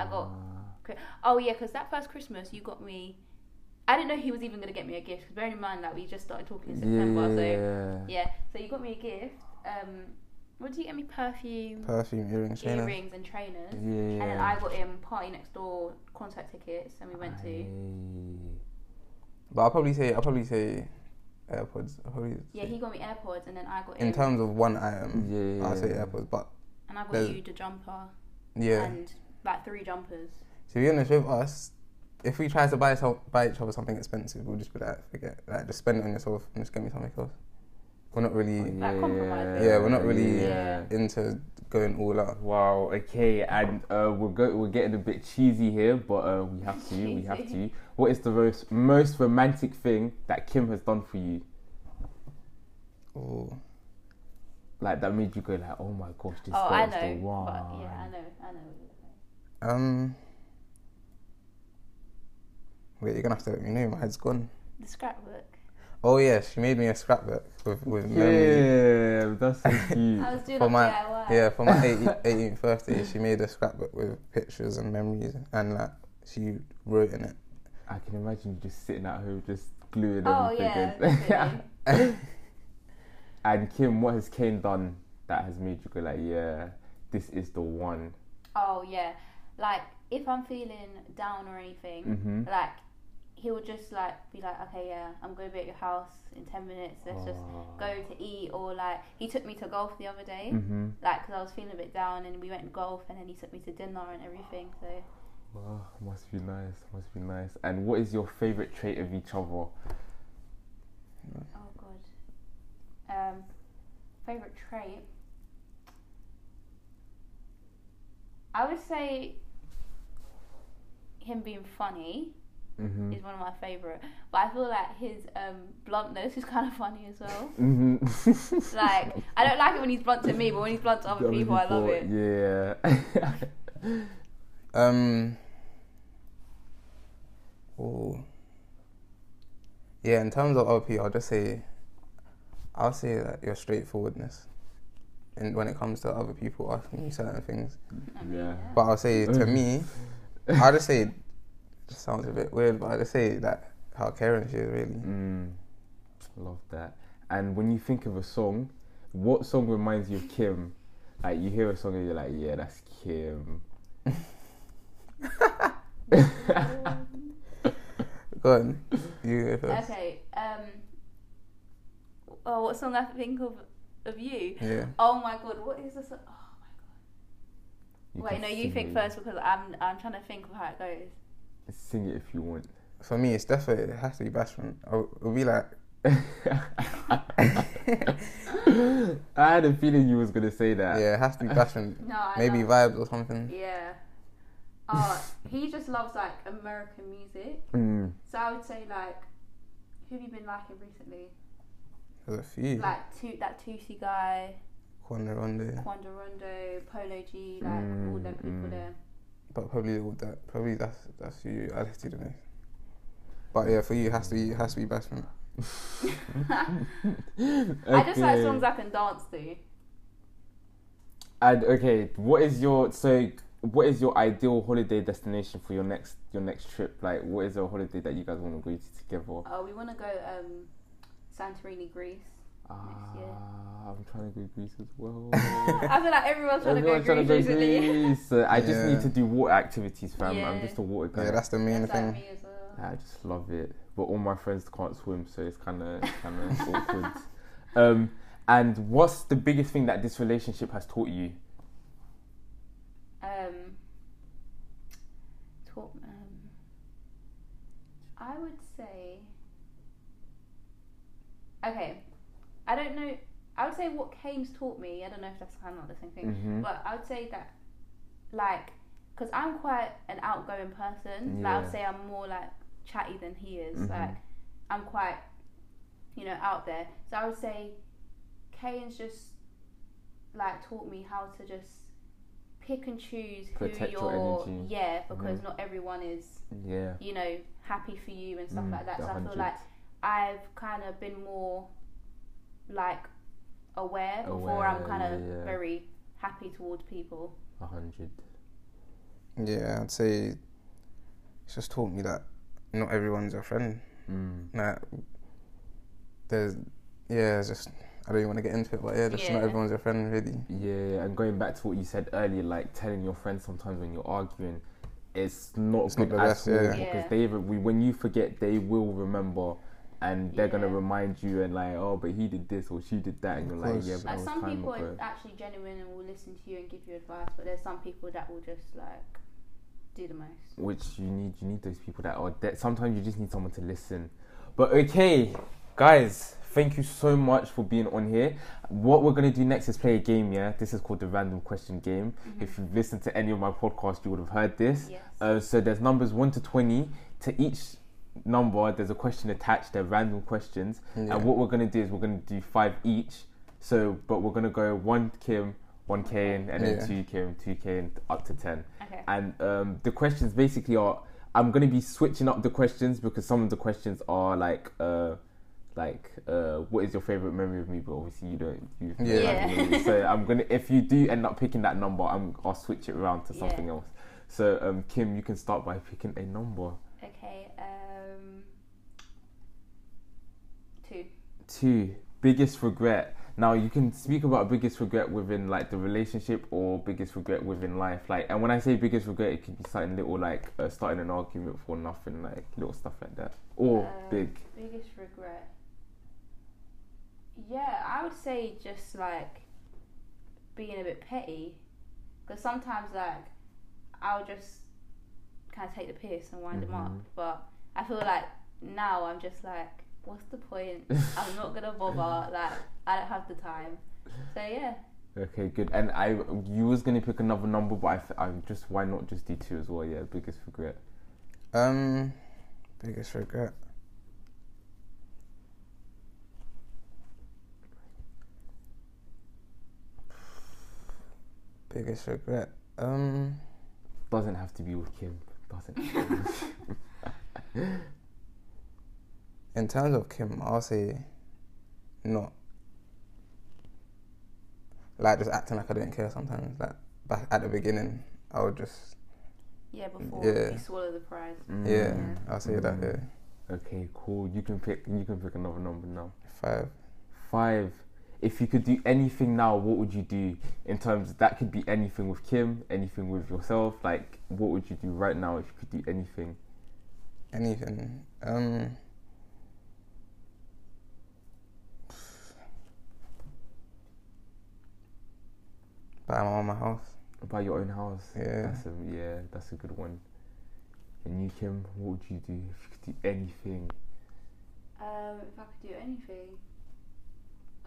A: I
B: got- oh yeah, because that first Christmas you got me. I didn't know he was even gonna get me a gift. Because bearing in mind that we just started talking in September,
A: Yeah.
B: so yeah. So you got me a gift. Um, what did you get me? Perfume,
C: Perfume, earrings, trainers.
B: earrings, and trainers.
A: Yeah. yeah.
B: And then I got him party next door concert tickets, and we went to.
C: Ah, But I'll probably say I'll probably say AirPods. I'll probably
B: Yeah, he got me AirPods, and then I got
C: in
B: him.
C: terms of one item,
A: Yeah.
C: Um, I'll say AirPods. But
B: and I got
C: there's-
B: you the jumper
C: yeah.
B: and like three jumpers.
C: To be honest with us, if we try to buy so- buy each other something expensive, we'll just be like, forget, like just spend it on yourself and just get me something else. We're not really
B: Like compromise.
C: Yeah, we're not really-
A: Oh, Yeah.
C: into going all out.
A: Wow. Okay, and uh, we're go- we're getting a bit cheesy here, but uh, we have to. We have to.
B: Cheesy.
A: What is the most most romantic thing that Kim has done for you?
C: Ooh.
A: Like that made you go like, oh my gosh, this
B: oh,
A: girl
B: I
A: is the
B: know.
A: one.
B: But, yeah, I know. I know.
C: Um. Wait, you're gonna have to let me know. My head's gone.
B: The scrapbook.
C: Oh yeah, she made me a scrapbook with with
A: Yeah,
C: memories.
A: that's so cute.
B: I was doing
C: Mm. For
B: like
C: my-
B: DIY.
C: Yeah, for my 18th 18th birthday, she made a scrapbook with pictures and memories, and like she wrote in it.
A: I can imagine you just sitting at home, just gluing
B: Oh
A: everything.
B: yeah.
A: in.
B: definitely.
A: and Kim, what has Kane done that has made you go like, yeah, this is the one?
B: oh yeah. Like if I'm feeling down or anything,
A: Mm-hmm.
B: like he will just like be like, okay, yeah, I'm gonna be at your house in ten minutes. Let's
C: Oh.
B: just go to eat or like he took me to golf the other day.
C: Mm.
A: Mm-hmm.
B: Like, cause I was feeling a bit down, and we went golf, and then he took me to dinner and everything. So,
A: Wow, must be nice. Must be nice. And what is your favorite trait of each other?
B: oh god, um, favorite trait. I would say him being funny.
A: Mm-hmm.
B: is one of my favorite. But I feel like his um, bluntness is kind of funny as well.
A: Mm-hmm.
B: Like I don't like it when he's blunt to me, but when he's blunt to other people, I love it.
A: Yeah.
C: Um. Oh. Yeah, in terms of other people, I'll just say, I'll say that your straightforwardness, and when it comes to other people asking you certain things.
B: I mean,
A: Yeah.
C: But I'll say to me, I'll just say, just sounds a bit weird, but I'll just say that how caring she is really.
A: mm, love that. And when you think of a song, what song reminds you of Kim? Like you hear a song and you're like, yeah, that's Kim.
C: Go on, you go first.
B: okay. Um. Oh, what song I think of of you?
C: Yeah.
B: Oh my god, what is the song? Oh, wait,
A: can
B: no, you
A: sing
B: think
A: it.
B: first because I'm I'm trying to think of how it goes.
A: Sing it if you want.
C: For me, it's definitely it has to be bashment. It'll be like
A: I had a feeling you was gonna say that.
C: Yeah, it has to be passion.
B: No, I
C: Maybe
B: love-
C: vibes or something.
B: Yeah. Uh, he just loves like American music.
A: Mm.
B: So I would say like, who have you been liking recently?
C: There's a few.
B: Like two, that Tusi guy,
C: Corner on there.
B: Quando Rondo, Polo G, like all them people
A: Mm, mm.
B: there.
C: But probably all that probably that's that's you I listen to the most. But yeah, for you it has to be it has to be bashment.
B: I just like
A: Okay.
B: songs I can dance to.
A: And okay, what is your so? What is your ideal holiday destination for your next your next trip? Like, what is a holiday that you guys want to go to together?
B: Oh, we want to go um, Santorini, Greece.
A: Ah,
B: year.
A: I'm trying to go Greece as well.
B: I feel like everyone's trying
A: Everyone's
B: to go
A: trying
B: Greece
A: to go
B: recently.
A: Greece. Uh, I just need
C: Yeah.
A: to do water activities, fam. I'm
B: Yeah.
A: just a water guy.
C: Yeah, that's the main
B: That's like
C: thing.
B: me as well.
A: I just love it. But all my friends can't swim, so it's kind of kind of awkward. Um, and what's the biggest thing that this relationship has taught you?
B: Um, taught, um, I would say. Okay, I don't know. I would say what Kane's taught me. I don't know if that's kind of like the same thing,
A: Mhm.
B: but I would say that, like, because I'm quite an outgoing person. Like, I
A: Yeah.
B: would say I'm more like chatty than he is.
A: Mhm.
B: Like, I'm quite, you know, out there. So I would say, Kane's just like taught me how to just pick and choose
A: Protect
B: who
A: your
B: you're.
A: energy. Mm-hmm.
B: Yeah, because not everyone is
A: Yeah.
B: you know, happy for you and stuff
A: Mm,
B: like that.
A: the
B: So I feel
A: 100.
B: like I've kind of been more like aware before
A: Aware,
B: I'm kind of
A: yeah, yeah.
B: very happy towards people.
A: A hundred.
C: Yeah, I'd say it's just taught me that not everyone's your friend.
A: Mm.
C: Nah, there's yeah, it's just I don't even want to get into it, but yeah, just
B: Yeah.
C: not everyone's your friend really.
A: Yeah, and going back to what you said earlier, like telling your friends sometimes when you're arguing, it's not
C: It's not
A: good
C: the
A: at
C: best,
A: all
C: yeah.
A: because
B: Yeah.
A: they we, when you forget, they will remember, and they're gonna
B: Yeah.
A: remind you and like, oh, but he did this or she did that, and
C: Of
A: you're like,
C: course.
A: yeah, but that
B: Like
A: was
B: some
A: time
B: people are
A: ago.
B: actually genuine and will listen to you and give you advice, but there's some people that will just like do the most.
A: Which you need, you need those people that are. That sometimes you just need someone to listen. But okay, guys, thank you so much for being on here. What we're gonna do next is play a game. Yeah, this is called the random question game. If you've listened to any of my podcasts, you would have heard this.
B: Yes.
A: Uh, so there's numbers one to twenty. To each number, there's a question attached. They're random questions,
C: Yeah.
A: and what we're gonna do is we're gonna do five each. So, but we're gonna go one Kim, one Kane, and then
C: Yeah.
A: two Kim, two Kane, up to ten.
B: Okay.
A: And um, the questions basically are. I'm gonna be switching up the questions because some of the questions are like, uh, like, uh, what is your favorite memory of me? But obviously you don't. You
C: Yeah.
B: Yeah.
A: yeah. so I'm gonna if you do end up picking that number, I'm I'll switch it around to
B: Yeah.
A: something else. So um, Kim, you can start by picking a number
B: Okay. Um. Two.
A: two. Biggest regret. Now you can speak about biggest regret within like the relationship or biggest regret within life. Like, and when I say biggest regret, it could be something little like uh, starting an argument for nothing, like little stuff like that, or
B: Um,
A: big.
B: Biggest regret. Yeah, I would say just like being a bit petty, because sometimes like I'll just kind of take the piss and wind them up,
A: Mhm.
B: but I feel like now I'm just like, what's the point? I'm not gonna bother. Like I don't have the time. So yeah,
A: Okay, good. And I, you was gonna pick another number, but I, f- I just why not just do two as well? Yeah, biggest regret.
C: Um, biggest regret. Biggest regret. Um,
A: Doesn't have to be with Kim. Doesn't.
C: in terms of Kim, I'll say not. Like just acting like I didn't care sometimes. Like back at the beginning, I would just
B: yeah. Before
C: Yeah.
B: you swallow the prize.
A: Mm.
C: yeah. I'll say that yeah.
A: Okay, cool. You can pick. You can pick another number now.
C: Five.
A: Five. If you could do anything now, what would you do? In terms that could be anything with Kim, anything with yourself. Like, what would you do right now if you could do anything?
C: Anything. Um. Buy my mama house.
A: Buy your own house.
C: Yeah.
A: That's a, yeah, that's a good one. And you, Kim, what would you do if you could do anything?
B: Um, if I could do anything,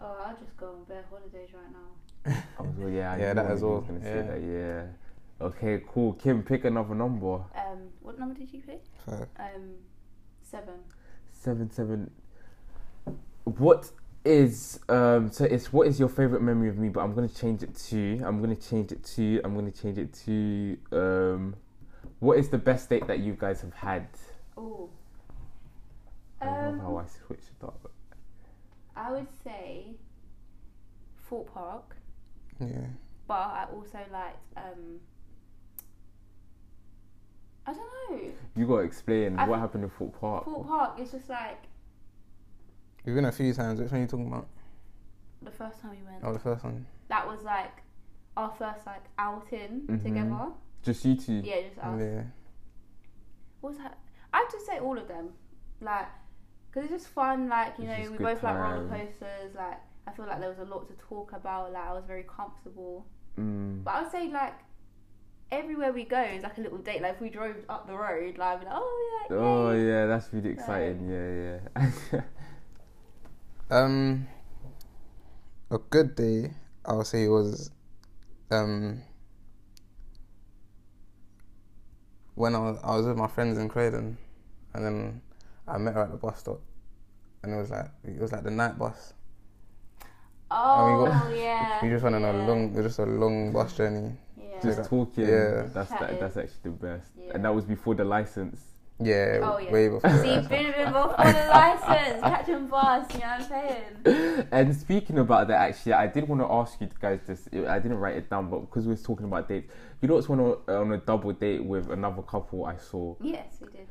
B: Oh, I'll just go on bare holidays right now.
A: I was like, yeah, I
C: Yeah,
A: knew
C: that as
A: he was
C: well,
A: gonna say
C: yeah.
A: that, yeah. Okay, cool. Kim, pick another number.
B: Um, what number did you pick?
C: So,
B: Um, seven.
A: Seven seven. What is um? So it's what is your favorite memory of me? But I'm gonna change it to. I'm gonna change it to. I'm gonna change it to. Um, what is the best date that you guys have had?
B: Oh.
A: I love how
B: Um,
A: I switched it up.
B: I would say Fort Park,
C: yeah.
B: but I also liked um. I don't know.
A: You gotta explain
B: I
A: what
B: think-
A: happened in Fort Park.
B: Fort Park is just like
C: We've been a few times. Which one are you talking about?
B: the first time we went.
C: Oh, the first one.
B: That was like our first like outing
A: Mhm.
B: together.
A: Just you two.
B: Yeah, just us.
C: Yeah.
B: What was that? I have to say all of them, like, because it's just fun. Like you
A: It's just
B: know, we
A: good
B: both like roller
A: time.
B: coasters. Like I feel like there was a lot to talk about. Like I was very comfortable.
A: Mm.
B: But I would say like everywhere we go is like a little date. Like if we drove up the road, like I'd be like, oh yeah,
A: Oh
B: yay.
A: yeah, that's really exciting. Yeah, yeah.
C: Um, a good day, I'll say, was um when I was, I was with my friends in Croydon, and then I met her at the bus stop, and it was like it was like the night bus. And
B: oh
C: we got-
B: yeah.
C: We just went on
B: yeah,
C: a long, it was just a long bus journey.
B: Yeah.
A: Just talking.
C: Yeah.
A: That's that,
B: Chatting.
A: that's actually the best.
B: Yeah.
A: And that was before the license.
C: Yeah,
B: Oh, yeah.
C: way before.
B: See,
C: that.
B: been a bit more for the license, catching bus. You know what I'm saying?
A: And speaking about that, actually, I did want to ask you guys this. I didn't write it down, but because we was talking about dates, you know, it's when on on a double date with another couple I saw.
B: Yes, we did.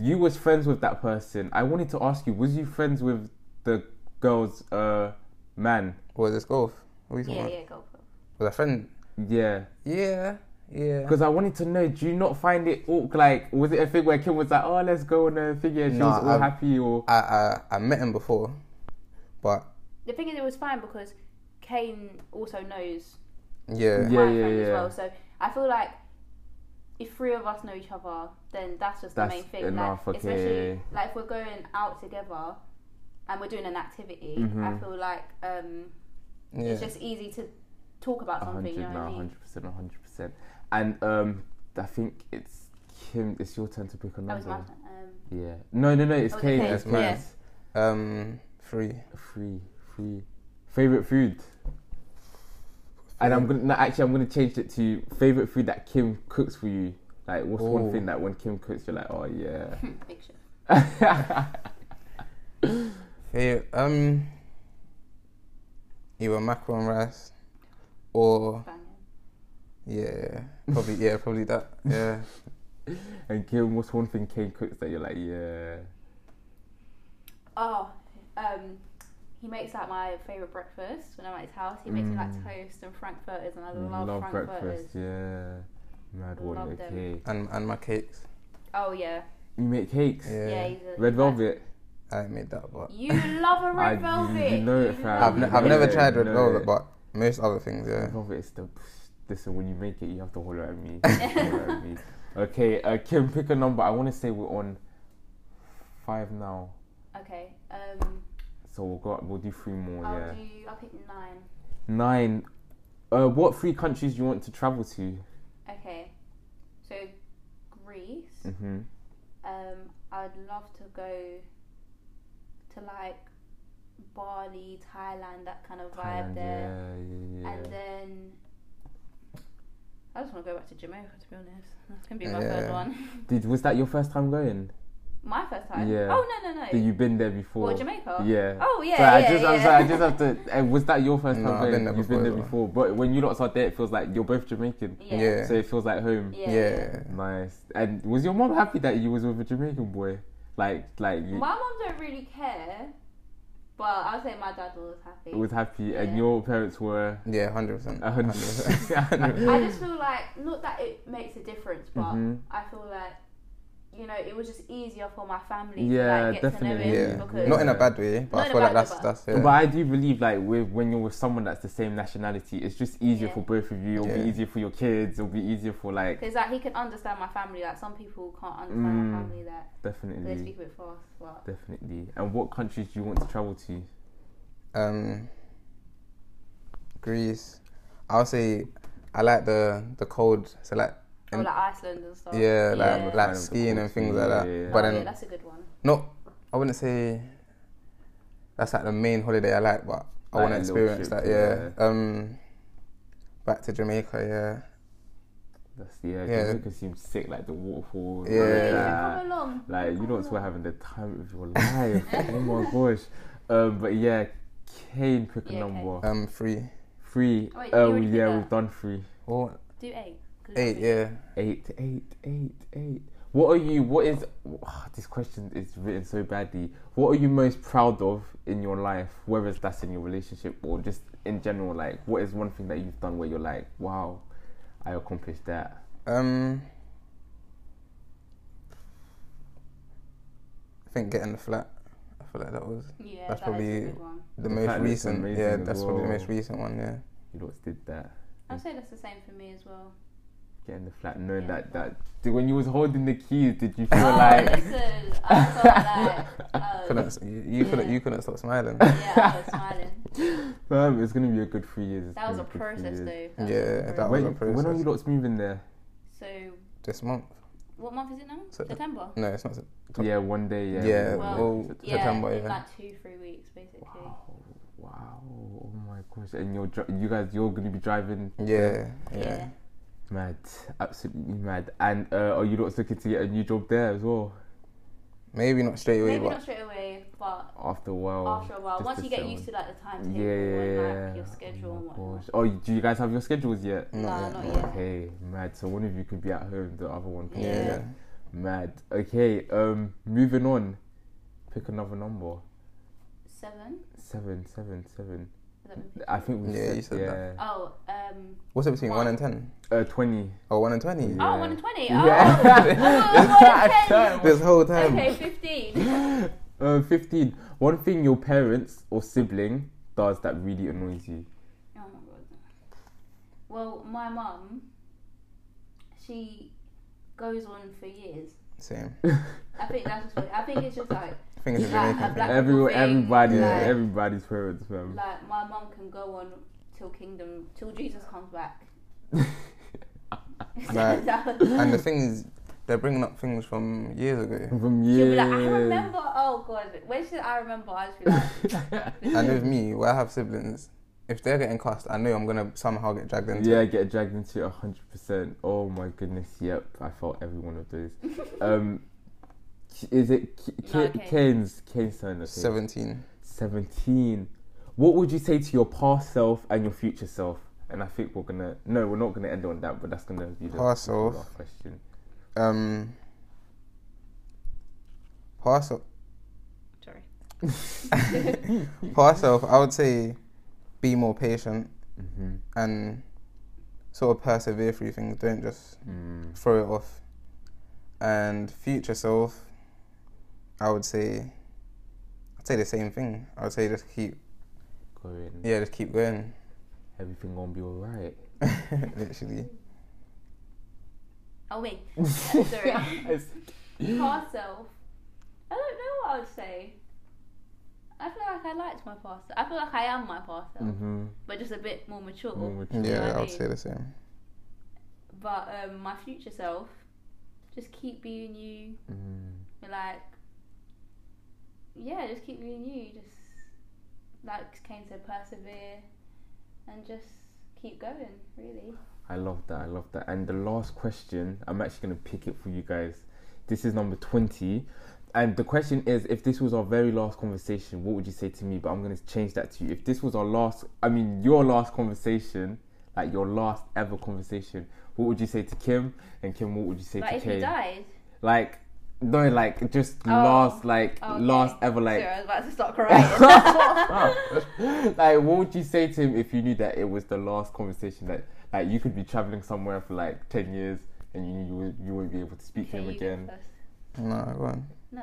A: You was friends with that person. I wanted to ask you, was you friends with the girl's uh man?
C: Was this golf? What are you talking
B: Yeah,
C: about?
B: yeah, go for it.
C: Was a friend?
A: Yeah,
C: Yeah, yeah.
A: because I wanted to know. Do you not find it awkward? Like, was it a thing where Kim was like, "Oh, let's go on a thing," and she
C: Nah,
A: was all
C: I've-
A: happy, or
C: I, I I met him before, but
B: The thing is, it was fine because Kane also knows
A: Yeah.
B: my
C: yeah,
B: friend as
A: yeah.
B: well. So I feel like if three of us know each other, then that's just
A: That's
B: the main thing.
A: enough,
B: like,
A: okay.
B: Especially like if we're going out together and we're doing an activity, I
A: Mhm.
B: feel like um,
C: yeah.
B: it's just easy to talk about something.
A: hundred
B: You know what
A: now,
B: I mean?
A: hundred percent, hundred percent. And um, I think it's Kim. It's your turn to pick a
B: That was
A: number.
B: my um,
A: Yeah. No, no, no. It's
B: Oh, it's
A: Kane.
B: Kane,
A: It's
C: yeah.
A: Max.
C: Um, three.
A: Free, free. Favorite food. And I'm gonna no, actually I'm gonna change it to favorite food that Kim cooks for you. Like, what's one
C: Ooh.
A: thing that when Kim cooks, you're like, oh yeah.
B: um, big shift.
C: Favorite, um, either macaroni rice or
B: Banging.
C: yeah, probably yeah, probably that. Yeah,
A: and Kim, what's one thing Kim cooks that you're like, yeah.
B: Oh, um, he makes like my favorite breakfast when I'm at his house. He makes me like
A: Mm.
B: toast and frankfurters, and I love, frankfurters.
A: breakfast. Yeah. Mad one.
B: Love them.
A: Okay.
C: and and my cakes.
B: Oh yeah,
A: You make cakes.
C: Yeah,
B: yeah. he's a,
A: Red velvet.
C: I ain't made that, but
B: You love a
A: I-
B: red
A: you
B: velvet.
A: know it,
B: You
A: fam.
B: love
C: I've, ne-
B: it.
C: I've never
A: Yeah,
C: tried red
A: no.
C: velvet, but most other things.
A: Red
C: Yeah,
A: velvet is the. Listen, when you make it, you have to holler at me. You have to holler at me. Okay, uh, Kim, pick a number. I want to say we're on five now,
B: Okay. Um,
A: so we'll go. We'll do three more.
B: I'll
A: Oh, yeah,
B: do. I'll pick nine.
A: nine. Uh, what three countries do you want to travel to?
B: Okay. So, Greece.
A: Mm-hmm.
B: Um, I'd love to go to like Bali, Thailand, that kind of vibe there,
A: Yeah, yeah,
B: and
A: yeah.
B: then. I just want to go back to Jamaica, to be honest. That's gonna be my
C: Yeah.
B: third one.
A: Did was that your first time going?
B: my first time.
A: Yeah.
B: Oh no no no.
A: Did you been there before?
B: What Jamaica?
A: Yeah.
B: Oh yeah.
A: So
B: yeah
A: I just,
B: yeah.
A: I'm sorry, I just have to. eh, was that your first time
C: No, I've
A: going?
C: been there
A: You've been
C: before
A: there
C: as well.
A: before, but when you lots are there, it feels like you're both Jamaican,
C: yeah,
A: so it feels like home.
B: Yeah.
C: yeah.
A: Nice. And was your mom happy that you was with a Jamaican boy? Like, like you
B: My mom don't really care, but I would say my dad was happy.
A: was happy, and
B: Yeah.
A: your parents were
C: Yeah, hundred percent.
A: a hundred. Mm.
B: I just feel like not that it makes a difference, but
A: Mhm.
B: I feel like you know it was just easier for my family
A: Yeah,
B: to like get
A: definitely.
B: to know him
C: Yeah,
B: because
C: not in a bad way, but
B: Not
C: I
B: in a
C: feel like
B: bad way,
C: that's
B: but-
C: that's yeah.
A: But I do believe, like, with when you're with someone that's the same nationality, it's just easier
B: Yeah.
A: for both of you. It'll
C: Yeah.
A: be easier for your kids. It'll be easier for like
B: because like he can understand my family. Like some people can't understand
A: Mm. Mm-hmm.
B: my family that they
A: definitely,
B: speak a bit fast, but
A: definitely. And what countries do you want to travel to?
C: Um, Greece. I'll say I like the the cold. So like
B: Or
C: And-
B: like Iceland and stuff.
C: yeah, like
A: Kind
C: like
A: of
C: skiing
A: cool
C: and things
A: skiing,
C: like that.
A: yeah, yeah, yeah.
C: But
B: Oh,
C: then
B: yeah, that's a good one.
C: no, I wouldn't say that's like the main holiday I like, but I
A: Like
C: want
A: a
C: to
A: little
C: experience
A: trip,
C: that. Yeah. Um, back to Jamaica. Yeah.
A: That's yeah.
C: Yeah.
A: Jamaica seems sick, like the waterfall.
C: Yeah.
B: Oh, yeah,
A: Like,
B: come along.
A: like you
B: Come
A: know, it's we're
B: along.
A: having the time of your life. oh my gosh. Um, but yeah, Kane pick a
B: Yeah, Kane.
A: number
C: Um, three.
A: three.
B: Wait, you
A: Oh
B: already did
A: yeah,
B: that.
A: we've done three.
C: Oh,
B: Do eight. 'cause
C: eight.
B: you're-
C: Yeah.
A: Eight, eight, eight, eight. What are you? What is? ah, this question is written so badly. What are you most proud of in your life? Whether that's in your relationship or just in general, like what is one thing that you've done where you're like, wow, I accomplished that.
C: Um. I think getting the flat. I feel like that was
B: Yeah, that is
C: That's
B: a
C: probably-
B: good one.
C: the,
A: The
C: most
A: flat looks
C: recent.
A: amazing
C: Yeah,
A: as
C: that's probably the
A: well.
C: most recent one. Yeah.
A: You lots did that.
B: I'd say that's the same for me as well.
A: Getting the flat. Knowing
B: Yeah.
A: that that did, when you was holding the keys, did you feel
B: oh,
A: like?
B: listen, I felt like, oh,
C: Couldn't, you you couldn't
B: Yeah.
C: you couldn't stop smiling.
B: yeah, I was smiling.
A: Fam, it's gonna be a good three years. it's
B: That was a
A: gonna be good three
B: process,
A: years.
B: though.
C: Yeah,
B: was a
C: that
B: process.
C: was
A: Wait,
C: a
A: when are
C: process.
A: you lots moving there?
B: So,
C: This month?
B: what month is it now?
C: Sep-
B: September.
C: No, it's not. Come-
A: Yeah, one day. Yeah.
C: Yeah,
B: well,
A: one day.
C: yeah. September,
B: in
C: yeah.
B: like two, three weeks, basically.
A: Wow, wow, oh my gosh! And you're dri- you guys, you're gonna be driving
C: Yeah, yeah.
B: Yeah.
A: mad, absolutely mad. And uh, are you not looking to get a new job there as well
C: Maybe not straight away,
B: Maybe
C: but
B: not straight away, but
A: after a while?
B: after a while,
A: Oh, just
B: once
A: to
B: you get
A: settle
B: used
A: in.
B: to like the timetable
A: yeah, yeah,
B: and
A: yeah.
B: like your schedule and
A: Oh, my
B: whatnot.
A: gosh. oh, do you guys have your schedules yet?
C: No,
B: Nah,
C: no,
B: not
C: no.
B: yet.
A: Okay, mad. So one of you could be at home, the other one could
C: yeah.
A: be
B: Yeah.
A: mad. Okay, um, moving on. Pick another number.
B: Seven.
A: Seven, seven, seven.
B: Is that what we
A: I think we
C: Yeah,
A: said,
C: you said
A: yeah.
C: that.
B: Oh, um.
C: What's it between
B: One.
C: one and ten?
A: Uh, twenty.
C: Oh, one and twenty.
A: Yeah.
B: Oh, 1 in 20. Oh,
A: Yeah.
B: oh, 1 in 10.
C: This whole time.
B: Okay, 15.
A: Uh, 15. One thing your parents or sibling does that really annoys you.
B: Oh my god. Well, my mum, she goes on for years.
C: Same.
B: I think that's just what, I think it's just like
C: I think it's a
B: Yeah,
C: Jamaican
B: a
C: thing.
B: black-
A: Every,
B: people think,
A: everybody,
B: like-
A: everybody's parents, fam.
B: like my mum can go on till kingdom till Jesus comes back.
C: Like,
B: She'll
C: and the thing is, they're bringing up things from years ago.
A: From
B: be like, I
A: years.
B: remember. Oh god, when she said I remember, I just be like,
C: and with me, where I have siblings, if they're getting cussed, I know I'm gonna somehow get dragged into.
A: yeah,
C: it.
A: get dragged into it 100%. Oh my goodness, yep. I felt every one of those. Um, is it K-
B: No,
A: K-
B: Kane.
A: Kane's? Kane's turn, I think.
C: Seventeen.
A: 17. What would you say to your past self and your future self? And I think we're gonna no, we're not gonna end on that, but that's gonna be the
C: Past self.
A: last question.
C: Um. Pass up.
B: sorry.
C: Pass off. I would say, be more patient
A: Mm-hmm.
C: and sort of persevere through things. Don't just
A: Mm.
C: throw it off. And future self, I would say, I'd say the same thing. I would say just keep,
A: Going.
C: yeah, just keep going.
A: Everything gonna be alright.
C: Literally,
B: Oh wait, sorry.
A: It's-
B: past self. I don't know what I would say. I feel like I liked my past. I feel like I am my past self,
A: Mhm.
B: but just a bit more mature.
A: More mature.
C: yeah,
B: what I
C: I would
B: mean?
C: say the same.
B: But um, my future self, just keep being you.
A: Mm.
B: Like, yeah, just keep being you. Just like Kane said, persevere, and just keep going. Really.
A: I love that. I love that. And the last question, I'm actually going to pick it for you guys. This is number 20. And the question is if this was our very last conversation, what would you say to me? But I'm going to change that to you. If this was our last, I mean, your last conversation, like your last ever conversation, what would you say to Kim? And Kim, what would you say
B: Like
A: to
B: if you
A: Kay?
B: died.
A: Like, no, like just
B: Oh.
A: last, like
B: Oh, okay.
A: last ever, like,
B: Sorry, I was about to start crying.
A: like what would you say to him if you knew that it was the last conversation that like you could be traveling somewhere for like 10 years and you knew you, would, you wouldn't be able to speak to
B: Okay,
A: him
B: you go
A: again
B: first.
C: No, go on.
B: No.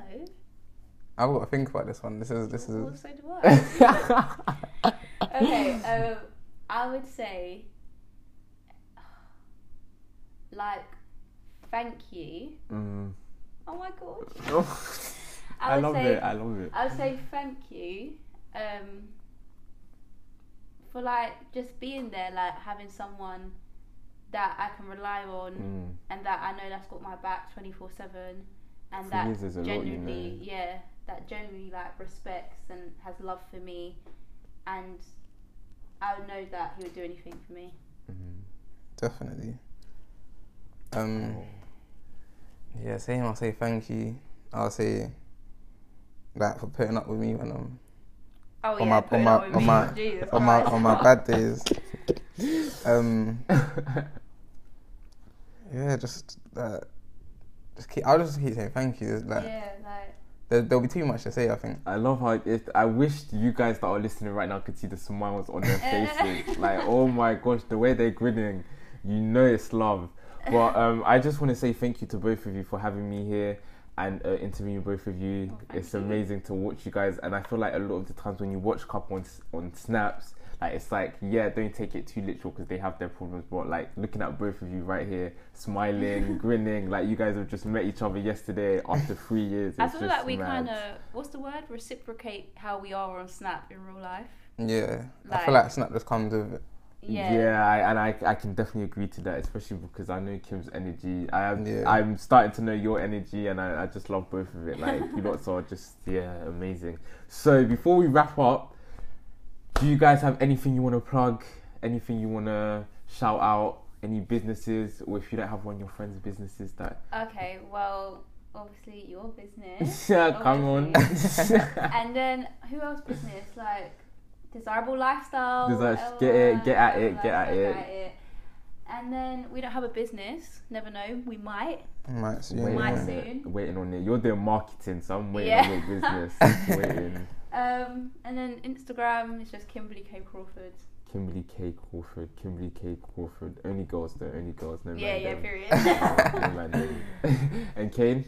C: I've got to think about this one. This is this
B: Well,
C: is.
B: so do I. okay, um, I would say, like, thank you.
A: Mm.
B: Oh my god.
A: I,
B: I, would
A: love
B: say,
A: it I love it
B: I would say thank you um, for for like just being there, like having someone that I can rely on
A: Mm.
B: and that I know that's got my back twenty four seven, and
A: Thing
B: that
A: Mm. is, there's a lot, you
B: genuinely,
A: know.
B: yeah, that genuinely like respects and has love for me, and I would know that he would do anything for me.
A: Mhm.
C: Definitely. Um, yeah, same. I'll say thank you. I'll say that for putting up with me when I'm
B: Oh
C: On
B: yeah,
C: my-
B: put
C: on
B: it
C: my-
B: out with
C: on
B: me.
C: my-
B: Jesus
C: on my
B: Christ.
C: on my bad days. Um,
A: Mm.
C: yeah, just uh, just keep. I'll just keep saying thank you. There's Like,
B: yeah, like
C: there, there'll be too much to say. I think.
A: I love how it, I wished you guys that are listening right now could see the smiles on their faces. like, oh my gosh, the way they're grinning, you know it's love. But um, I just want to say thank you to both of you for having me here and uh, interviewing both of you.
B: Oh, thank
A: it's
B: you.
A: amazing to watch you guys, and I feel like a lot of the times when you watch couple on, s- on snaps, like it's like yeah, don't take it too literal because they have their problems. But like looking at both of you right here, smiling, grinning, like you guys have just met each other yesterday after three years.
B: I
A: It's
B: feel
A: just
B: like we
A: mad.
B: kind of what's the word reciprocate how we are on Snap in real life.
C: Yeah, I
B: Like-
C: feel like Snap just comes with it.
B: Yeah.
A: I, and I, I can definitely agree to that, especially because I know Kim's energy. I am,
C: Yeah.
A: I'm starting to know your energy, and I, I just love both of it. Like you lots are just yeah, amazing. So before we wrap up, do you guys have anything you want to plug? Anything you want to shout out? Any businesses, or if you don't have one, your friends' businesses that
B: Okay. Well, obviously your business.
A: come on.
B: and then who else business like desirable lifestyle?
A: Desire-
B: whatever,
A: get it, get at it,
B: like,
A: get at it.
B: And then we don't have a business. Never know. We might.
C: Might soon.
A: Waiting
B: Might
A: on
B: see.
A: it.
B: soon.
A: Waiting on it. You're doing marketing, so I'm waiting on your
B: Yeah.
A: business. waiting.
B: Um, and then Instagram is just Kimberly K Crawford.
A: Kimberly K. Crawford, Kimberly K. Crawford. Only girls though, only girls. No
B: yeah,
A: man
B: yeah.
A: them.
B: Period.
A: No man them. and Kane,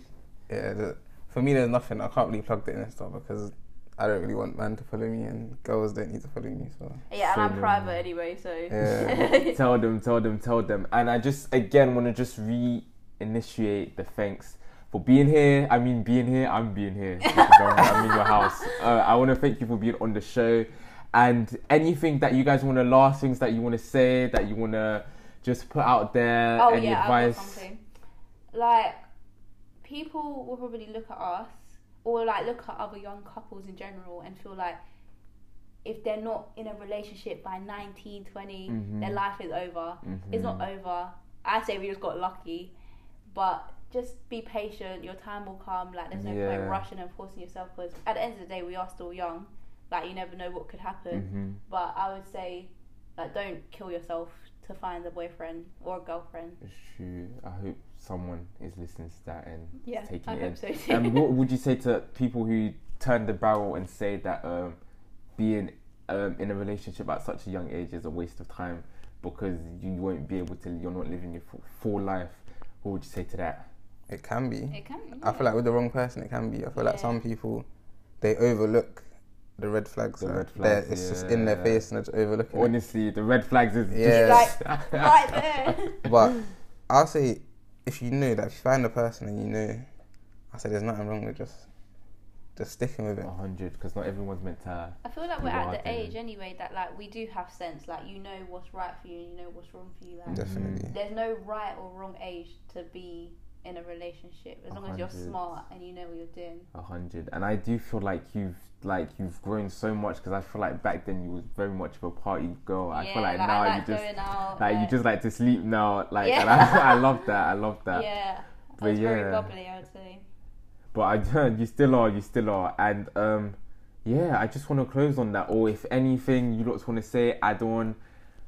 C: Yeah, the, for me, there's nothing. I can't really plug the Insta because I don't really want men to follow me, and girls don't need to follow me. So
B: yeah, and
A: So
B: I'm
A: no.
B: private anyway, so.
C: Yeah.
A: tell them, tell them, tell them. And I just again want to just reinitiate the thanks for being here. I mean, being here, I'm being here. because I'm, I'm in your house. Uh, I want to thank you for being on the show. And anything that you guys want to, last things that you want to say, that you want to just put out there,
B: oh
A: uh, any
B: yeah, I've got
A: advice?
B: something. Like people will probably look at us or like look at other young couples in general and feel like if they're not in a relationship by 19, 20,
A: Mhm.
B: their life is over. It's not
A: Mhm.
B: over. I say we just got lucky, but just be patient. Your time will come. Like there's no
A: Yeah.
B: point rushing and forcing yourself because at the end of the day, we are still young. Like you never know what could happen.
A: Mhm.
B: But I would say, like, don't kill yourself to find a boyfriend or a girlfriend.
A: It's true. I hope someone is listening to that and is
B: Yeah,
A: taking
B: I
A: it in.
B: hope so too.
A: and what would you say to people who turn the barrel and say that um, being um, in a relationship at such a young age is a waste of time because you won't be able to, you're not living your full, full life? What would you say to that?
C: it can be.
B: it can.
C: I feel like with the wrong person, it can be. I feel like
B: Yeah.
C: some people they overlook the red flags.
A: The
C: like,
A: red
C: they're-
A: flags,
C: It's just in their
A: yeah.
C: face and they're just overlooking. it.
A: Honestly, the red flags is
C: Yeah.
A: just.
B: right there.
C: But I'll say if you know that if you find a person and you know, I say there's nothing wrong with just just sticking with it.
A: 100 because not everyone's meant to.
B: I feel like
A: You
B: we're
A: are
B: at the
A: doing.
B: age anyway that like we do have sense. Like you know what's right for you and you know what's wrong for you. Like
C: Definitely.
B: there's no right or wrong age to be in a relationship as long as you're
A: 100.
B: smart and you know what you're doing.
A: A hundred, and I do feel like you've like you've grown so much because I feel like back then you was very much of a party girl. I
B: yeah,
A: feel like, now
B: I like
A: you just
B: going out.
A: like you just like to sleep now. Like
B: Yeah.
A: and I, I love that. I love that.
B: yeah. I
A: But
B: was
A: yeah.
B: very bubbly, I would say.
A: But I you still are. You still are. And um, yeah, I just want to close on that. Or if anything you lot want to say, add on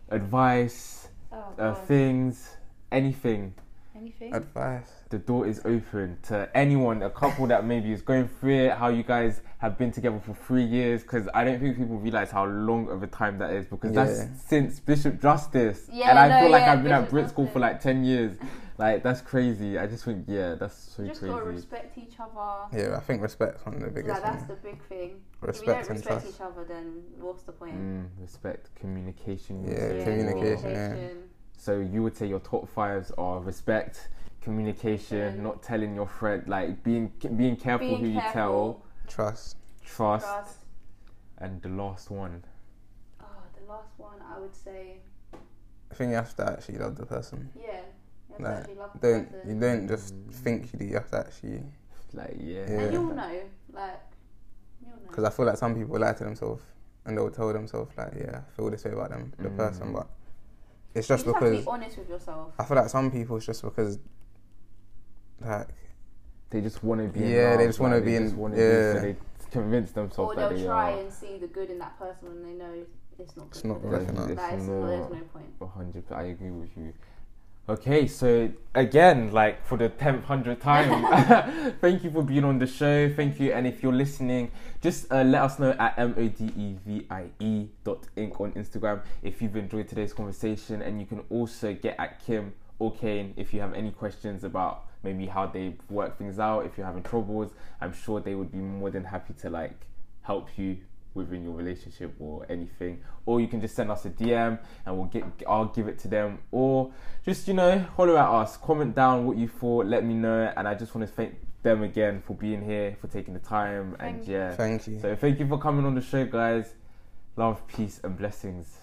A: advice,
B: Oh
A: uh,
B: God.
A: things, anything.
B: Anything?
C: Advice.
A: the door is open to anyone, a couple that maybe is going through it, how you guys have been together for three years, because I don't think people realize how long of a time that is, because
C: Yeah.
A: that's since Bishop Justice.
B: Yeah,
A: and I
B: no,
A: feel like
B: yeah,
A: I've been at
B: Bishop
A: Brit School for
B: Justice.
A: like 10 years. Like, that's crazy. I just think, yeah, that's so
B: You just
A: crazy.
B: gotta respect each other.
C: Yeah, I think respect's one of the biggest
B: Like that's
C: things.
B: the big thing. if we
C: Respect
B: don't
C: and
B: respect
C: trust.
B: each other, then what's the point?
A: Mm, respect, communication. you
C: Yeah,
A: would say as well.
C: communication, yeah.
A: So you would say your top fives are respect, communication,
B: Yeah.
A: not telling your friend, like being being careful
B: Being
A: who you tell,
B: careful,
C: Trust.
A: trust,
B: trust.
A: and the last one.
B: Oh, the last one, I would say,
C: I think you have to actually love the person.
B: yeah. You have to
C: Like,
B: actually love the
C: Don't
B: person.
C: you don't just think you do. You have to actually
A: Like yeah.
C: Yeah.
B: And you'll know, like, you'll know.
C: because I feel like some people lie to themselves and they'll tell themselves like yeah I feel this way about them the
A: Mm.
C: person, but it's
B: You
C: just
B: have to
C: because
B: be honest with yourself.
C: I feel like some people it's just because like
A: They just want to be. in
C: Yeah, they
A: love,
C: just wanna
A: like,
C: be
A: they
C: in-
A: just wanna
C: yeah.
A: Be, so they convince themselves
B: or
A: that
B: they'll
A: they
B: try
A: are.
B: and see the good in that person and they know it's not good.
C: It's
B: for
C: not
B: them.
C: good for
B: Like,
C: them.
A: It's
B: not- there's
A: not.
B: no point.
A: 100 I agree with you. Okay, so again, like for the 10th, 100th time, thank you for being on the show. Thank you. And if you're listening, just uh, let us know at E modevie dot inc on Instagram if you've enjoyed today's conversation. And you can also get at Kim or Kane if you have any questions about maybe how they work things out. If you're having troubles, I'm sure they would be more than happy to like help you within your relationship or anything or you can just send us a dm and we'll get i'll give it to them or just you know holler at us comment down what you thought let me know and i just want to thank them again for being here for taking the time and
B: Thank you.
A: yeah
C: thank you.
A: so thank you for coming on the show guys love peace and blessings